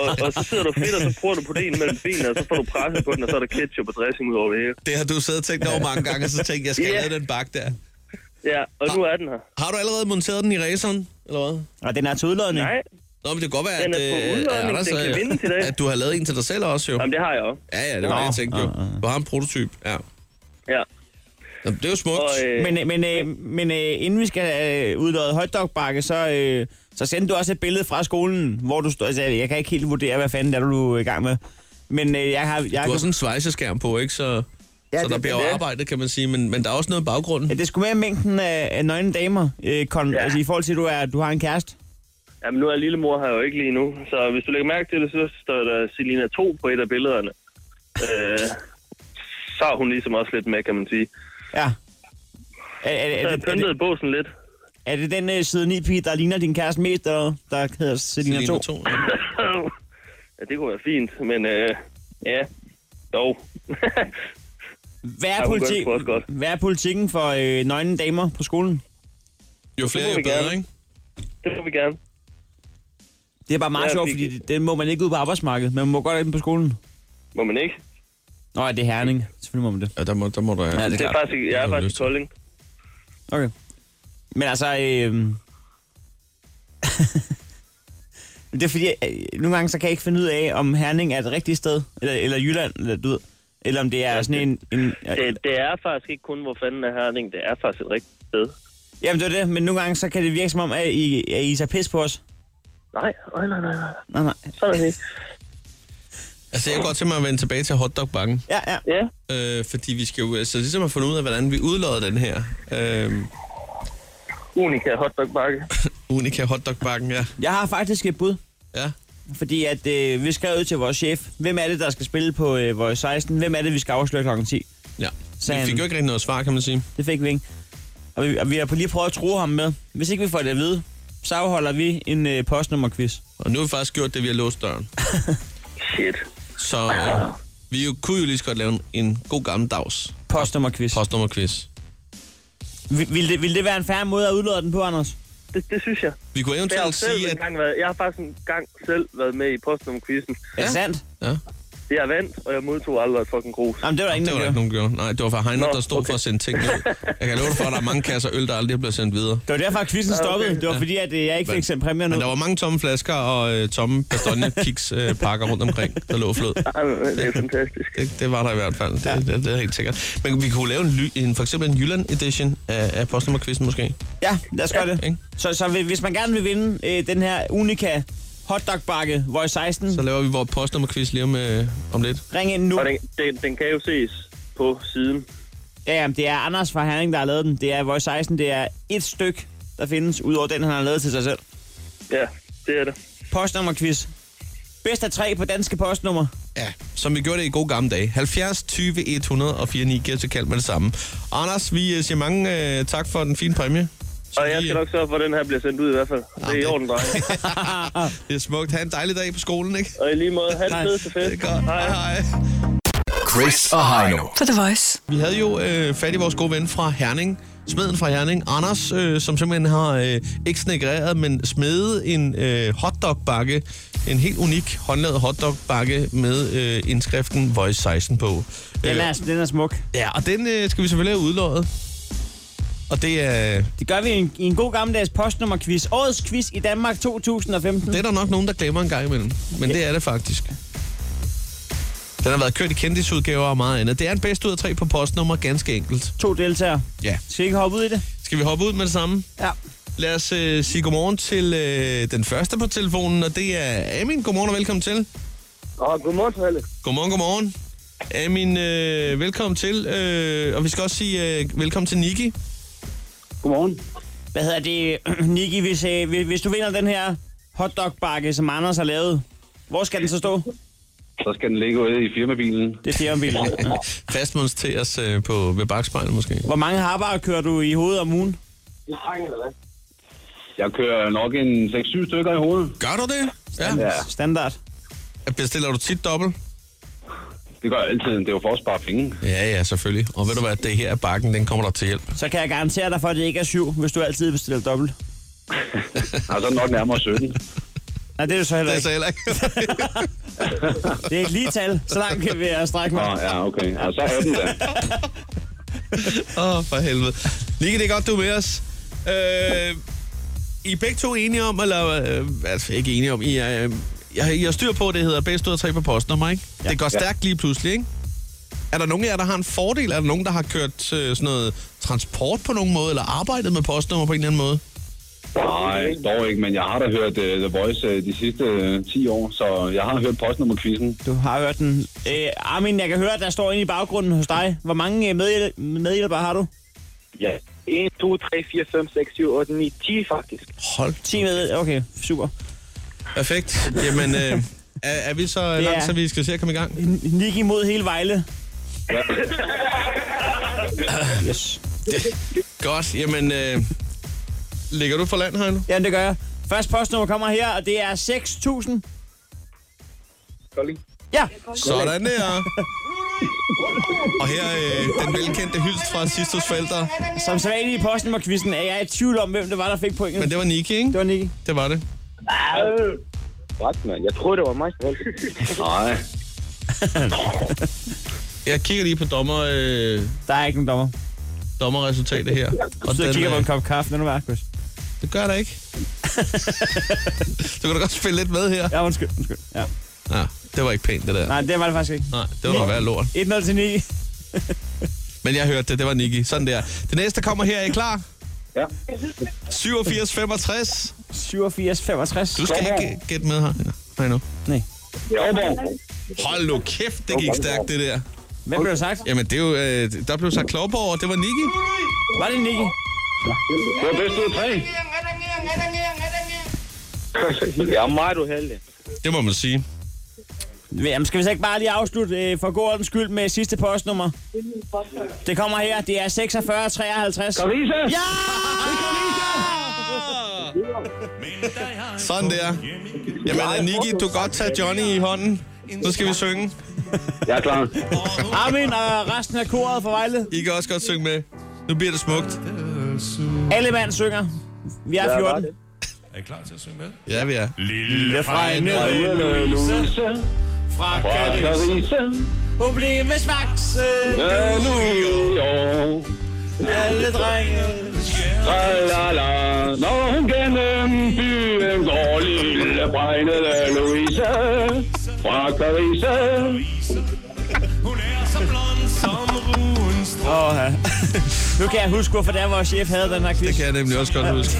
[SPEAKER 12] og, og så sidder du fedt, og så prøver du på det ene mellem benene, og så får du presset på den, og så er der ketchup og dressing ud over det hele.
[SPEAKER 2] Det har du siddet og tænkt over mange gange, og så tænkte jeg, skal jeg
[SPEAKER 12] Ja.
[SPEAKER 2] lave den bakke der?
[SPEAKER 12] Ja, og nu er den her.
[SPEAKER 2] Har du allerede monteret den i raceren, eller hvad?
[SPEAKER 3] Og den er til udlodning.
[SPEAKER 12] Nej,
[SPEAKER 2] Nå, men det kan godt være,
[SPEAKER 12] Den
[SPEAKER 2] at,
[SPEAKER 12] er på
[SPEAKER 2] øh,
[SPEAKER 12] udlodning,
[SPEAKER 2] Anders,
[SPEAKER 12] den kan
[SPEAKER 2] øh,
[SPEAKER 12] vindes i dag.
[SPEAKER 2] at du har lavet en til dig selv også, jo.
[SPEAKER 12] Jamen, det har jeg også.
[SPEAKER 2] Ja, ja, det var det, jeg tænkte jo. Du har en prototyp, ja.
[SPEAKER 12] Ja.
[SPEAKER 2] Nå, det er jo smukt.
[SPEAKER 12] Og, øh,
[SPEAKER 3] Men, øh, men, øh, men øh, inden vi skal øh, udlåde hotdogbakke, så, øh, så sendte du også et billede fra skolen, hvor du stod... Altså, jeg kan ikke helt vurdere, hvad fanden det er, du er i gang med. Men øh, jeg har... Jeg,
[SPEAKER 2] Du har sådan en svejseskærm på, ikke? Så, ja,
[SPEAKER 3] Ja,
[SPEAKER 2] så der
[SPEAKER 3] det-
[SPEAKER 2] bliver
[SPEAKER 3] det er
[SPEAKER 2] jo
[SPEAKER 3] det.
[SPEAKER 2] arbejdet, kan man sige. Men, men der er også noget i baggrunden.
[SPEAKER 3] Ja, det skulle mere mængden af, af nøgne damer, øh, kon, ja. altså i forhold til, at du, er, du har en kæreste.
[SPEAKER 12] Jamen, nu er lillemor her jo ikke lige nu, så hvis du lægger mærke til det, så står der Selina 2 på et af billederne. øh, så er hun ligesom også lidt med, kan man sige.
[SPEAKER 3] Ja. Er, er,
[SPEAKER 12] Så
[SPEAKER 3] er,
[SPEAKER 12] jeg
[SPEAKER 3] det, er, det,
[SPEAKER 12] pyntede båsen lidt.
[SPEAKER 3] er det den øh, side 9 pige, der ligner din kæreste mest, eller der hedder Selina 2?
[SPEAKER 12] ja, det kunne være fint, men øh, ja, dog.
[SPEAKER 3] Hvad er,
[SPEAKER 12] Ja, hun gør
[SPEAKER 3] politi-
[SPEAKER 12] det sgu også godt.
[SPEAKER 3] hvad er politikken for øh, nøgne damer på skolen?
[SPEAKER 2] Jo flere,
[SPEAKER 12] Det må
[SPEAKER 2] jo
[SPEAKER 12] vi
[SPEAKER 2] bedre,
[SPEAKER 12] gerne.
[SPEAKER 2] ikke?
[SPEAKER 12] det vil vi gerne.
[SPEAKER 3] Det er bare meget
[SPEAKER 12] Ja,
[SPEAKER 3] sjovt,
[SPEAKER 12] vi-
[SPEAKER 3] fordi det, det må man ikke ud på arbejdsmarkedet, men man må godt ind på skolen.
[SPEAKER 12] Må man ikke?
[SPEAKER 3] Nå, ja, det er herning. Selvfølgelig må man det.
[SPEAKER 2] Ja, der må, der må der... Ja,
[SPEAKER 12] Det er faktisk, jeg er
[SPEAKER 2] har
[SPEAKER 12] faktisk
[SPEAKER 2] lyst
[SPEAKER 12] i
[SPEAKER 2] til.
[SPEAKER 12] Kolding.
[SPEAKER 3] Okay. Men altså, øh... det er fordi, øh, nogle gange så kan jeg ikke finde ud af, om Herning er et rigtigt sted, eller, eller Jylland, eller du ved, eller om det er sådan en... en
[SPEAKER 12] Det, det er faktisk ikke kun, hvor fanden er Herning. Det er faktisk et rigtigt sted.
[SPEAKER 3] jamen, det er det, men nogle gange så kan det virke som om, at I, at I tager pis på os.
[SPEAKER 12] Nej, nej, nej, nej. nej.
[SPEAKER 3] Nej, nej.
[SPEAKER 12] Sådan er det ikke.
[SPEAKER 2] Altså, jeg kunne godt tænke mig at vende tilbage til hotdogbakken.
[SPEAKER 3] Ja, ja.
[SPEAKER 12] Ja,
[SPEAKER 2] Øh, fordi vi skal jo altså, ligesom have fundet ud af, hvordan vi udlader den her. Øh,
[SPEAKER 12] unika hotdogbakke.
[SPEAKER 2] Unika hotdogbakken, ja.
[SPEAKER 3] Jeg har faktisk et bud,
[SPEAKER 2] ja.
[SPEAKER 3] fordi at øh, vi skrev ud til vores chef, hvem er det, der skal spille på øh, vores 16? Hvem er det, vi skal afsløre klokken 10?
[SPEAKER 2] Ja.
[SPEAKER 3] Sagde
[SPEAKER 2] Vi fik
[SPEAKER 3] han.
[SPEAKER 2] jo ikke rigtig noget svar, kan man sige.
[SPEAKER 3] Det fik vi ikke. Og vi, og vi har lige prøvet at true ham med. Hvis ikke vi får det at vide, så afholder vi en øh, postnummerquiz.
[SPEAKER 2] Og nu har vi faktisk gjort det, vi har låst døren.
[SPEAKER 12] Shit.
[SPEAKER 2] Så øh, vi jo, kunne jo lige så godt lave en, en god gammeldags
[SPEAKER 3] Postnummerquiz.
[SPEAKER 2] postnummerquiz.
[SPEAKER 3] Vil, vil, det, vil det være en færre måde at udlåde den på, Anders?
[SPEAKER 12] Det, det synes jeg.
[SPEAKER 2] Vi kunne
[SPEAKER 12] Jeg har,
[SPEAKER 2] eventuelt
[SPEAKER 12] selv
[SPEAKER 2] sige, at...
[SPEAKER 12] engang været, jeg har faktisk en gang selv været med i postnummerquizzen.
[SPEAKER 3] Ja. Er det sandt?
[SPEAKER 2] Ja.
[SPEAKER 12] Jeg vandt, og jeg modtog aldrig et fucking grus.
[SPEAKER 3] Jamen, det var der ingen,
[SPEAKER 2] Det var
[SPEAKER 3] der
[SPEAKER 2] der ikke
[SPEAKER 3] gjorde.
[SPEAKER 2] nogen gjorde. Nej, det var fra Heiner,
[SPEAKER 12] Nå,
[SPEAKER 2] der stod okay.
[SPEAKER 12] okay.
[SPEAKER 2] for at sende ting ud. Jeg kan love dig for, at der er mange kasser øl, der aldrig er blevet sendt videre.
[SPEAKER 3] Det var derfor, at quizzen stoppede. Det var fordi, at øh, jeg ikke
[SPEAKER 2] Men-
[SPEAKER 3] fik sendt præmien
[SPEAKER 2] Men
[SPEAKER 3] ud.
[SPEAKER 2] der var mange tomme flasker og øh, tomme pastogne-kiks øh, pakker rundt omkring, der lå flød.
[SPEAKER 12] Ej, men det er fantastisk.
[SPEAKER 2] Det, det var der i hvert fald. Det, ja. det, det, det er helt sikkert. Men vi kunne lave en, ly, en for eksempel en Jylland-edition af, af postnummerquizzen måske.
[SPEAKER 3] Ja, lad os gøre
[SPEAKER 2] Ikke?
[SPEAKER 3] det. Så, så vil- hvis man gerne vil vinde øh, den her unika hotdogbakke Voice 16,
[SPEAKER 2] Så laver vi vores postnummerquiz lige om, øh, om lidt.
[SPEAKER 3] ring ind nu.
[SPEAKER 12] Og den, den, den kan jo ses på siden.
[SPEAKER 3] Ja, jamen, det er Anders fra Herning, der har lavet den. Det er Voice 16. Det er et stykke, der findes, udover den, han har lavet til sig selv.
[SPEAKER 12] Ja, det er det.
[SPEAKER 3] Postnummerquiz. Bedst af tre på danske postnummer.
[SPEAKER 2] Ja, som vi gjorde det i gode gamle dage. 70 20 100 og 49 giver til kald med det samme. Anders, vi øh, siger mange øh, tak for den fine præmie. Så
[SPEAKER 12] Og jeg skal nok sørge for, at den her bliver sendt ud i hvert fald. Det er i orden, drenge.
[SPEAKER 3] Ah.
[SPEAKER 2] Det er smukt. Ha' en dejlig dag på skolen, ikke?
[SPEAKER 12] Og i lige måde, have
[SPEAKER 3] Nej,
[SPEAKER 12] det fede til
[SPEAKER 2] Det
[SPEAKER 12] fest.
[SPEAKER 2] er godt. Hej, hej.
[SPEAKER 4] Chris og Heino.
[SPEAKER 5] På The Voice.
[SPEAKER 2] Vi havde jo øh, fat i vores gode ven fra Herning, smeden fra Herning, Anders, øh, som simpelthen har øh, ikke snegreret, men smedet en øh, hotdogbakke, en helt unik håndlavet hotdogbakke med øh, indskriften Voice 16 på.
[SPEAKER 3] Den
[SPEAKER 2] Øh,
[SPEAKER 3] er, den er smuk.
[SPEAKER 2] ja, og den øh, skal vi selvfølgelig have udlået. Og det er...
[SPEAKER 3] Det gør vi i en, i en god gammeldags postnummerquiz. Årets quiz i Danmark 2015.
[SPEAKER 2] Det er der nok nogen, der glemmer en gang imellem. Men det er det faktisk. Den har været kørt i kendisudgaver og meget andet. Det er en bedst ud af tre på postnummer, ganske enkelt.
[SPEAKER 3] To deltagere.
[SPEAKER 2] Ja.
[SPEAKER 3] Skal vi ikke hoppe ud i det?
[SPEAKER 2] Skal vi hoppe ud med det samme?
[SPEAKER 3] Ja.
[SPEAKER 2] Lad os øh, sige godmorgen til øh, den første på telefonen, og det er Amin. Godmorgen og velkommen til.
[SPEAKER 8] Og godmorgen, Palle.
[SPEAKER 2] Godmorgen, godmorgen. Amin, øh, velkommen til. Øh, og vi skal også sige øh, velkommen til Niki.
[SPEAKER 8] Godmorgen.
[SPEAKER 3] Hvad hedder det, Niki, hvis, øh, hvis, hvis du vinder den her hotdogbakke, som Anders har lavet, hvor skal den så stå?
[SPEAKER 8] Så skal den ligge ude i firmabilen.
[SPEAKER 3] Det er firmabilen.
[SPEAKER 2] Fastmonteres øh, på, ved bagspejlet måske.
[SPEAKER 3] Hvor mange harbarer kører du i hovedet om ugen?
[SPEAKER 8] Jeg kører nok en 6-7 stykker i hovedet.
[SPEAKER 2] Gør du det?
[SPEAKER 8] Ja.
[SPEAKER 3] Standard.
[SPEAKER 2] Bestiller du tit dobbelt?
[SPEAKER 8] Det gør jeg altid. Det er jo for at spare penge.
[SPEAKER 2] Ja, ja, selvfølgelig. Og ved du hvad, det her er bakken, den kommer der til hjælp.
[SPEAKER 3] Så kan jeg garantere dig for, at det ikke er syv, hvis du altid bestiller dobbelt.
[SPEAKER 8] Og så er det nok nærmere 17.
[SPEAKER 3] Nej, det er du så heller
[SPEAKER 2] Det er
[SPEAKER 3] ikke.
[SPEAKER 2] så heller ikke.
[SPEAKER 3] Det er et lige tal. Så langt kan vi øh, strække
[SPEAKER 8] Nå,
[SPEAKER 3] mig.
[SPEAKER 8] ja, okay. Ja, så er den der.
[SPEAKER 2] Åh, oh, for helvede. Lige det er godt, du er med os. Øh, I er begge to enige om, eller øh, altså ikke enige om, I er, øh, jeg, I har styr på, at det hedder bedst ud af tre på postnummer, ikke? Ja. Det går stærkt lige pludselig, ikke? Er der nogen af jer, der har en fordel? Er der nogen, der har kørt øh, sådan noget transport på nogen måde, eller arbejdet med postnummer på en eller anden måde?
[SPEAKER 8] Nej, dog ikke, men jeg har da hørt uh, The Voice uh, de sidste uh, 10 år, så jeg har hørt postnummerquizzen.
[SPEAKER 3] Du har hørt den. Øh, Armin, jeg kan høre, at der står inde i baggrunden hos dig. Hvor mange øh, medhjæl- medhjælpere har du?
[SPEAKER 11] Ja. 1, 2, 3, 4, 5, 6, 7, 8, 9, 10 faktisk.
[SPEAKER 2] Hold
[SPEAKER 3] 10 med. Okay, super.
[SPEAKER 2] Perfekt. Jamen, øh, er, er vi så
[SPEAKER 3] Det
[SPEAKER 2] langt,
[SPEAKER 3] er-
[SPEAKER 2] så vi skal se at komme i gang?
[SPEAKER 3] Nick imod hele Vejle. Yes.
[SPEAKER 2] Godt. Jamen, øh, ligger du for land, Heino?
[SPEAKER 3] Jamen, det gør jeg. Første postnummer kommer her, og det er 6.000.
[SPEAKER 8] Kolding.
[SPEAKER 3] Ja.
[SPEAKER 2] Sådan der. Og her øh, den velkendte hyldst fra Sistos forældre.
[SPEAKER 3] Som sædvanligt i postnummerquizzen er jeg i tvivl om, hvem det var, der fik pointet.
[SPEAKER 2] Men det var Niki, ikke?
[SPEAKER 3] Det var Nicky.
[SPEAKER 2] Det var det.
[SPEAKER 11] Ret, mand. Jeg troede, det var mig.
[SPEAKER 8] Nej.
[SPEAKER 2] Jeg kigger lige på dommer, øh,
[SPEAKER 3] Der er ikke nogen dommer.
[SPEAKER 2] dommerresultatet her.
[SPEAKER 3] Og så
[SPEAKER 2] den,
[SPEAKER 3] kigger på
[SPEAKER 2] øh,
[SPEAKER 3] en kop kaffe, når du er Chris.
[SPEAKER 2] det gør der ikke. du kan da godt spille lidt med her.
[SPEAKER 3] Ja, undskyld, undskyld. Ja.
[SPEAKER 2] Ja, det var ikke pænt, det der.
[SPEAKER 3] Nej, det var det faktisk ikke.
[SPEAKER 2] Nej, det var være lort.
[SPEAKER 3] 1-0 til 9.
[SPEAKER 2] Men jeg hørte det, det var Niki. Sådan der. Det næste kommer her. Er I klar?
[SPEAKER 8] Ja.
[SPEAKER 2] 87-65.
[SPEAKER 3] 87-65.
[SPEAKER 2] Du skal ikke gætte med her. Ja, Heino.
[SPEAKER 3] Nej.
[SPEAKER 2] Hold nu kæft, det gik stærkt, det der.
[SPEAKER 3] Hvad blev der sagt?
[SPEAKER 2] Jamen, det er jo, øh, der blev sagt Klovborg, og det var Niki.
[SPEAKER 3] Var det Nicky?
[SPEAKER 8] Det var bedst ud af tre.
[SPEAKER 11] Jeg er meget uheldig.
[SPEAKER 2] Det må man sige.
[SPEAKER 3] Jamen, skal vi så ikke bare lige afslutte øh, for god ordens skyld med sidste postnummer? Det kommer her. Det er 46-53.
[SPEAKER 8] Carissa!
[SPEAKER 3] Ja!
[SPEAKER 2] Sådan der. Jamen, øh, Niki, du kan godt tage Johnny i hånden. Nu skal vi synge.
[SPEAKER 8] Jeg er klar.
[SPEAKER 3] Armin og resten af koret fra Vejle.
[SPEAKER 2] I kan også godt synge med. Nu bliver det smukt.
[SPEAKER 3] Alle mand synger. Vi er 14.
[SPEAKER 13] Er I klar til at synge med?
[SPEAKER 2] Ja, vi er.
[SPEAKER 13] Lille
[SPEAKER 3] Fregne
[SPEAKER 8] Louise
[SPEAKER 3] fra
[SPEAKER 8] og Carissa.
[SPEAKER 3] Hun blev med svaks.
[SPEAKER 8] Ja, Øh, nu jo.
[SPEAKER 3] Alle drenge.
[SPEAKER 8] La la la. Når hun gennem byen går, lille bregnede Louise. Fra Carissa.
[SPEAKER 13] Hun er så blond som ruen strå.
[SPEAKER 3] Åh, ja. Nu kan jeg huske, hvorfor der vores chef havde den her quiz.
[SPEAKER 2] Det kan jeg nemlig også godt huske.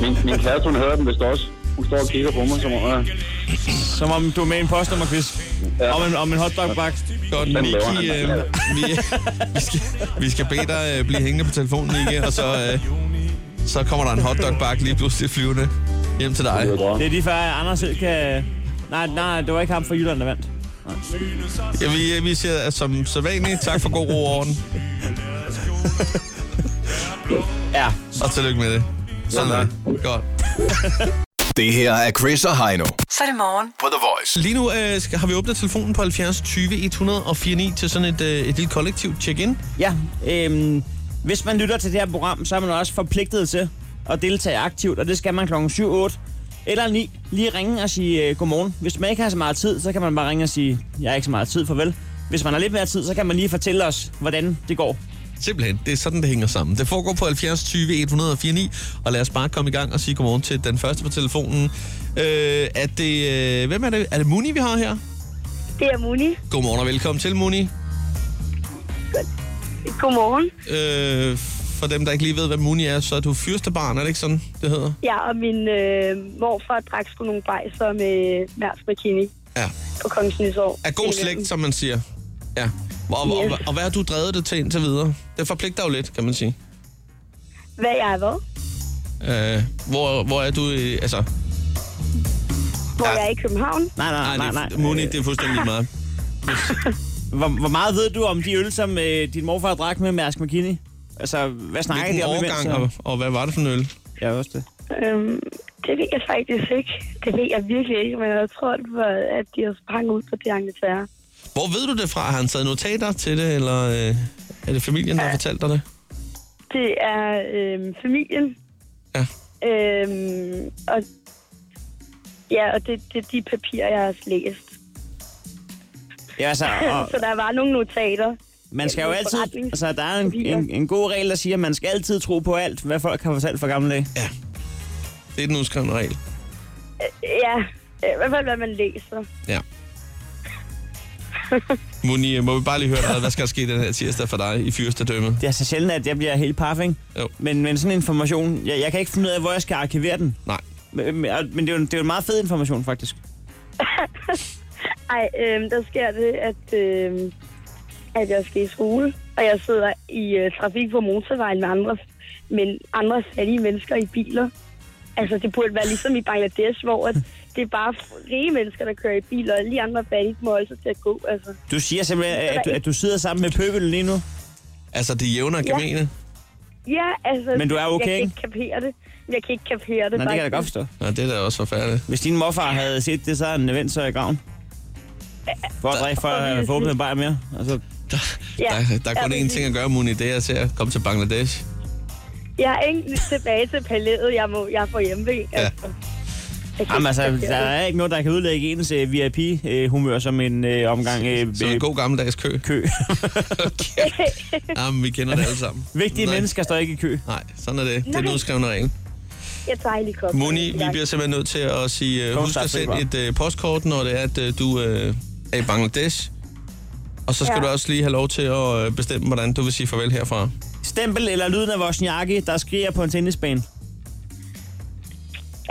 [SPEAKER 8] Min, min kæreste, hun hører den vist også. Hun står og kigger på mig, som om øh,
[SPEAKER 3] Som om du er med i en postnummerquiz.
[SPEAKER 8] Ja.
[SPEAKER 3] Om en, om en hotdogbakke.
[SPEAKER 2] Godt,
[SPEAKER 8] Den laver
[SPEAKER 2] Niki.
[SPEAKER 8] han.
[SPEAKER 2] Øh, vi, vi, skal, vi skal bede dig øh, blive hængende på telefonen, Niki, og så, øh, så kommer der en hotdogbakke lige pludselig flyvende hjem til dig.
[SPEAKER 8] det er godt.
[SPEAKER 3] Det er lige før, at Anders selv kan... Nej, nej, det var ikke ham fra Jylland, der vandt.
[SPEAKER 2] Ja, vi, øh, vi siger øh, som sædvanligt tak for god ro og orden,
[SPEAKER 3] Ja.
[SPEAKER 2] og tillykke med det. Sådan der. Godt.
[SPEAKER 4] Det her er Chris og Heino
[SPEAKER 5] Så er det morgen.
[SPEAKER 4] på The Voice.
[SPEAKER 2] Lige nu øh, skal- har vi åbnet telefonen på 70 20 104 9 til sådan et, øh, et lille kollektivt check-in.
[SPEAKER 3] Ja, øhm, hvis man lytter til det her program, så er man også forpligtet til at deltage aktivt, og det skal man klokken 7, 8 eller 9. Lige ringe og sige øh, godmorgen. Hvis man ikke har så meget tid, så kan man bare ringe og sige, jeg har ikke så meget tid, farvel. Hvis man har lidt mere tid, så kan man lige fortælle os, hvordan det går.
[SPEAKER 2] Simpelthen, det er sådan, det hænger sammen. Det foregår på 70 20 104 9, og lad os bare komme i gang og sige godmorgen til den første på telefonen. Øh, er det, øh, hvem er det? Er det Muni, vi har her?
[SPEAKER 14] Det er Muni.
[SPEAKER 2] Godmorgen og velkommen til, Muni.
[SPEAKER 14] Godmorgen.
[SPEAKER 2] Øh, for dem, der ikke lige ved, hvad Muni er, så er du fyrstebarn, er det ikke sådan, det hedder?
[SPEAKER 14] Ja, og min øh, morfar drak sgu nogle bajser med Mærs Bikini
[SPEAKER 2] Ja.
[SPEAKER 14] på Kongens øh, Nytår.
[SPEAKER 2] Er god slægt, som man siger. Ja. Og, og, og, og hvad har du drevet det til indtil videre? Det forpligter jo lidt, kan man sige.
[SPEAKER 14] Hvad jeg er hvad?
[SPEAKER 2] Øh, hvor, hvor er du, øh, altså...
[SPEAKER 14] Hvor jeg er i København.
[SPEAKER 3] Nej, nej, nej, nej.
[SPEAKER 2] det er- Moni, det er fuldstændig lige meget.
[SPEAKER 3] Hvor, hvor meget ved du om de øl, som øh, din morfar drak med Mærsk McKinney? Altså, hvad snakker
[SPEAKER 2] Hvilken
[SPEAKER 3] de om
[SPEAKER 2] årgang,
[SPEAKER 3] imens?
[SPEAKER 2] og, og hvad var det for en øl?
[SPEAKER 3] Ja, også det.
[SPEAKER 14] Øhm, det ved jeg faktisk ikke. Det ved jeg virkelig ikke, men jeg tror, det var, at de har sprang ud på det Angleterre.
[SPEAKER 2] Hvor ved du det fra? Har han taget notater til det, eller øh, er det familien, der har fortalt dig det?
[SPEAKER 14] Det er øhm, familien.
[SPEAKER 2] Ja.
[SPEAKER 14] Øhm, og ja, og det, det er de papirer, jeg har læst.
[SPEAKER 3] Ja, altså, og,
[SPEAKER 14] Så der var nogle notater.
[SPEAKER 3] Man skal jo
[SPEAKER 14] Nogle
[SPEAKER 3] altid,
[SPEAKER 14] forretnings-
[SPEAKER 3] altså der er en, en, en god regel, der siger, at man skal altid tro på alt, hvad folk har fortalt for gamle dage.
[SPEAKER 2] Ja. Det er den udskrevne regel.
[SPEAKER 14] Ja, øh, i hvert fald, hvad man læser.
[SPEAKER 2] Ja. Moni, øh, må vi bare lige høre dig, hvad skal der ske den her tirsdag for dig i fyrstedømmet?
[SPEAKER 3] Det er så sjældent, at jeg bliver helt paf, ikke?
[SPEAKER 2] Jo.
[SPEAKER 3] Men, men sådan en information, jeg, jeg kan ikke finde ud af, hvor jeg skal arkivere den.
[SPEAKER 2] Nej.
[SPEAKER 3] Men, men og- men det er jo, det er jo en meget fed information, faktisk.
[SPEAKER 14] Ej, øhm, der sker det, at, øhm, at jeg skal i skole, og jeg sidder i øh, trafik på motorvejen med andre, men andre fattige mennesker i biler. Altså, det burde være ligesom i Bangladesh, hvor at det er bare rige mennesker, der kører i biler, og lige andre fattige må holde sig til at gå. Altså.
[SPEAKER 3] Du siger simpelthen, at, at, du, at du sidder sammen med pøbelen lige nu.
[SPEAKER 2] Altså, det jævner
[SPEAKER 14] Ja. gemene. Ja, altså...
[SPEAKER 3] Men du er okay,
[SPEAKER 14] Jeg kan
[SPEAKER 3] ikke?
[SPEAKER 14] ikke kapere det. Jeg kan ikke kapere det.
[SPEAKER 3] Nej, det kan jeg da godt
[SPEAKER 14] faktisk.
[SPEAKER 3] forstå.
[SPEAKER 2] Nej, det er da også forfærdeligt.
[SPEAKER 3] Hvis din morfar havde set det, så havde han vendt sig i graven. For at drikke for at få åbnet en bajer mere. Altså,
[SPEAKER 14] Ja,
[SPEAKER 2] Der, der er kun
[SPEAKER 14] ja,
[SPEAKER 2] én ting at gøre, Moni, det er til at komme til Bangladesh.
[SPEAKER 14] Jeg er egentlig tilbage til palæet. Jeg, må, jeg får hjemme. Altså. Jeg kan
[SPEAKER 3] Jamen
[SPEAKER 14] ikke
[SPEAKER 3] altså,
[SPEAKER 14] kapere
[SPEAKER 3] der
[SPEAKER 14] det.
[SPEAKER 3] er ikke noget, der kan udlægge ens uh, VIP-humør som en uh, omgang... Uh,
[SPEAKER 2] Så en god gammeldags kø.
[SPEAKER 3] Kø.
[SPEAKER 2] Jamen, vi kender det alle sammen.
[SPEAKER 3] Vigtige
[SPEAKER 2] Nej.
[SPEAKER 3] mennesker står ikke i kø.
[SPEAKER 2] Nej, sådan er det. Det er den
[SPEAKER 14] Nej.
[SPEAKER 2] udskrevne regel.
[SPEAKER 14] Jeg tager en helikopter.
[SPEAKER 2] Moni, vi bliver simpelthen nødt til at sige, uh,
[SPEAKER 3] Kom,
[SPEAKER 2] husk
[SPEAKER 3] tak,
[SPEAKER 2] at sende
[SPEAKER 3] Frederik.
[SPEAKER 2] et uh, postkort, når det er, at uh, du uh, er i Bangladesh. Og så skal
[SPEAKER 3] Ja.
[SPEAKER 2] ja. du også lige have lov til at øh, bestemme, hvordan du vil sige farvel herfra.
[SPEAKER 3] Stempel eller lyden af vores jakke, der skriger på en tennisbane.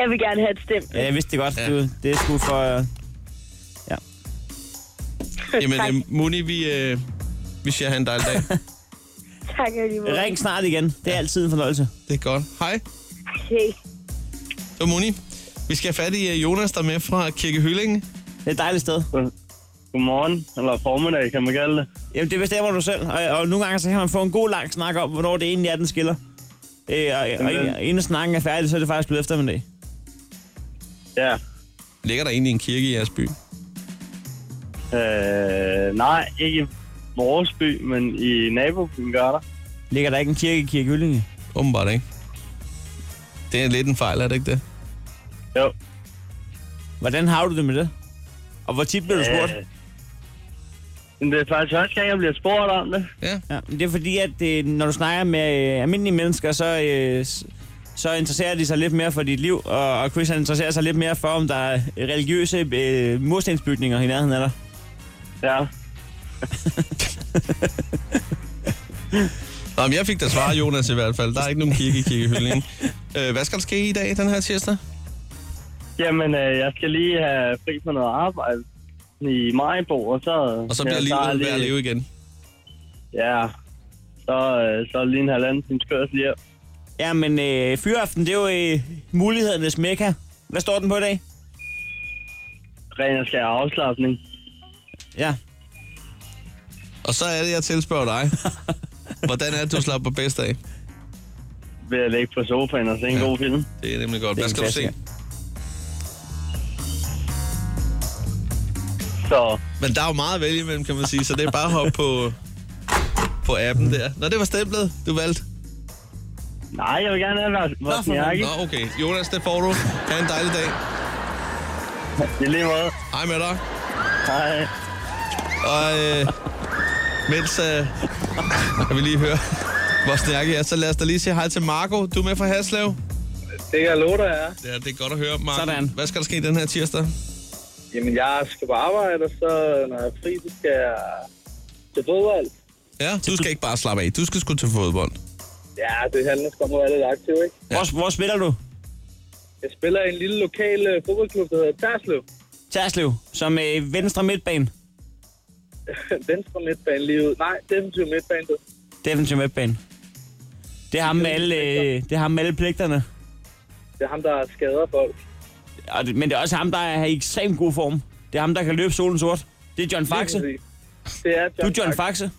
[SPEAKER 14] Jeg vil gerne have et stempel.
[SPEAKER 3] Ja, jeg vidste det godt. Ja. Du, det skulle for... Uh,
[SPEAKER 2] Jamen, øh, Moni, vi, øh, vi siger have en dejlig dag.
[SPEAKER 14] Tak, jeg lige måde.
[SPEAKER 3] ring snart igen. Det er altid en fornøjelse.
[SPEAKER 2] Det er godt. Hej.
[SPEAKER 14] Hey.
[SPEAKER 2] Det var Moni. Vi skal have fat i øh, Jonas, der er med fra Kirke Hyllinge.
[SPEAKER 3] Det er et dejligt sted.
[SPEAKER 12] Godmorgen, eller formiddag, kan man kalde det.
[SPEAKER 3] Jamen, det bestemmer du selv. Og, og nogle gange så kan man få en god lang snak om, hvornår det egentlig er, den skiller. Øh, og, og, og inden snakken er færdig, så er det faktisk blevet eftermiddag.
[SPEAKER 12] Ja.
[SPEAKER 2] Ligger der egentlig en kirke i jeres by?
[SPEAKER 12] Øh, nej, ikke i vores by, men i nabobyen gør der.
[SPEAKER 3] Ligger der ikke en kirke i Kirke Hyllinge?
[SPEAKER 2] Åbenbart ikke. Det er lidt en fejl, er det ikke det?
[SPEAKER 12] Jo.
[SPEAKER 3] Hvordan har du det med det? Og hvor tit bliver du spurgt?
[SPEAKER 12] Øh, men det er faktisk første gang, jeg bliver spurgt om det.
[SPEAKER 2] Ja.
[SPEAKER 3] Ja, men det er fordi, at øh, når du snakker med øh, almindelige mennesker, så, øh, s- så interesserer de sig lidt mere for dit liv, og, og Chris han interesserer sig lidt mere for, om der er religiøse øh, murstensbygninger i nærheden af dig.
[SPEAKER 12] Ja.
[SPEAKER 2] Nå, men jeg fik da svaret, Jonas, i hvert fald. Der er ikke nogen kirke i Kirke Hyllinge. øh, hvad skal der ske i dag, den her tirsdag?
[SPEAKER 12] Jamen, øh, jeg skal lige have fri for noget arbejde i Majbo, og så...
[SPEAKER 2] Og så bliver
[SPEAKER 12] jeg tager
[SPEAKER 2] livet ved at leve igen.
[SPEAKER 12] Ja, så, øh, så er det lige en halvanden times kørsel hjem.
[SPEAKER 3] Ja, men øh, fyraften, det er jo øh, mulighedernes mekka. Hvad står den på i dag?
[SPEAKER 12] Ren og skær afslappning.
[SPEAKER 3] Ja.
[SPEAKER 2] Og så er det, jeg tilspørger dig. Hvordan er det, du slapper bedst af?
[SPEAKER 12] Ved at øh, ligge på sofaen og se en ja. god film.
[SPEAKER 2] Det er nemlig godt.
[SPEAKER 12] Det er
[SPEAKER 2] Hvad
[SPEAKER 12] en
[SPEAKER 2] skal du se?
[SPEAKER 12] Så.
[SPEAKER 2] Men der er jo meget at vælge imellem, kan man sige, så det er bare at hoppe på, på appen der. Nå, det var stemplet, du valgte.
[SPEAKER 12] Nej, jeg vil gerne have Lars Nå, Jakke.
[SPEAKER 2] Nå, okay. Jonas, det får du. Ha' en dejlig dag.
[SPEAKER 12] I lige måde.
[SPEAKER 2] Hej med dig.
[SPEAKER 12] Hej.
[SPEAKER 2] Og øh, Mens øh, kan vi lige høre, hvor stærke jeg er, så lad os da lige sige hej til Marco. Du er med fra Haslev.
[SPEAKER 11] Det kan jeg love dig, ja.
[SPEAKER 2] Ja, det er godt at høre, Marco. Sådan. Hvad skal der ske den her tirsdag?
[SPEAKER 11] Jamen, jeg skal på arbejde, og så når jeg er fri, så skal jeg til fodbold.
[SPEAKER 2] Ja, du skal ikke bare slappe af. Du skal sgu til fodbold.
[SPEAKER 11] Ja, det handler sgu om at være lidt aktiv, ikke?
[SPEAKER 3] Hvor, hvor spiller du?
[SPEAKER 11] Jeg spiller i en lille lokal øh, fodboldklub, der hedder Tærslev.
[SPEAKER 3] Terslev, som øh, venstre midtbane.
[SPEAKER 11] Venstre midtbane lige ud. Nej, defensiv midtbane. du.
[SPEAKER 3] Defensiv midtbane. Det er ham med alle, øh, det er ham med alle pligterne.
[SPEAKER 11] Det er ham, der skader folk.
[SPEAKER 3] Og det, men det er også ham, der er i ekstremt god form. Det er ham, der kan løbe solen sort. Det er John
[SPEAKER 11] Lige
[SPEAKER 3] Faxe.
[SPEAKER 11] præcis. Det er John
[SPEAKER 3] Du er John Faxe.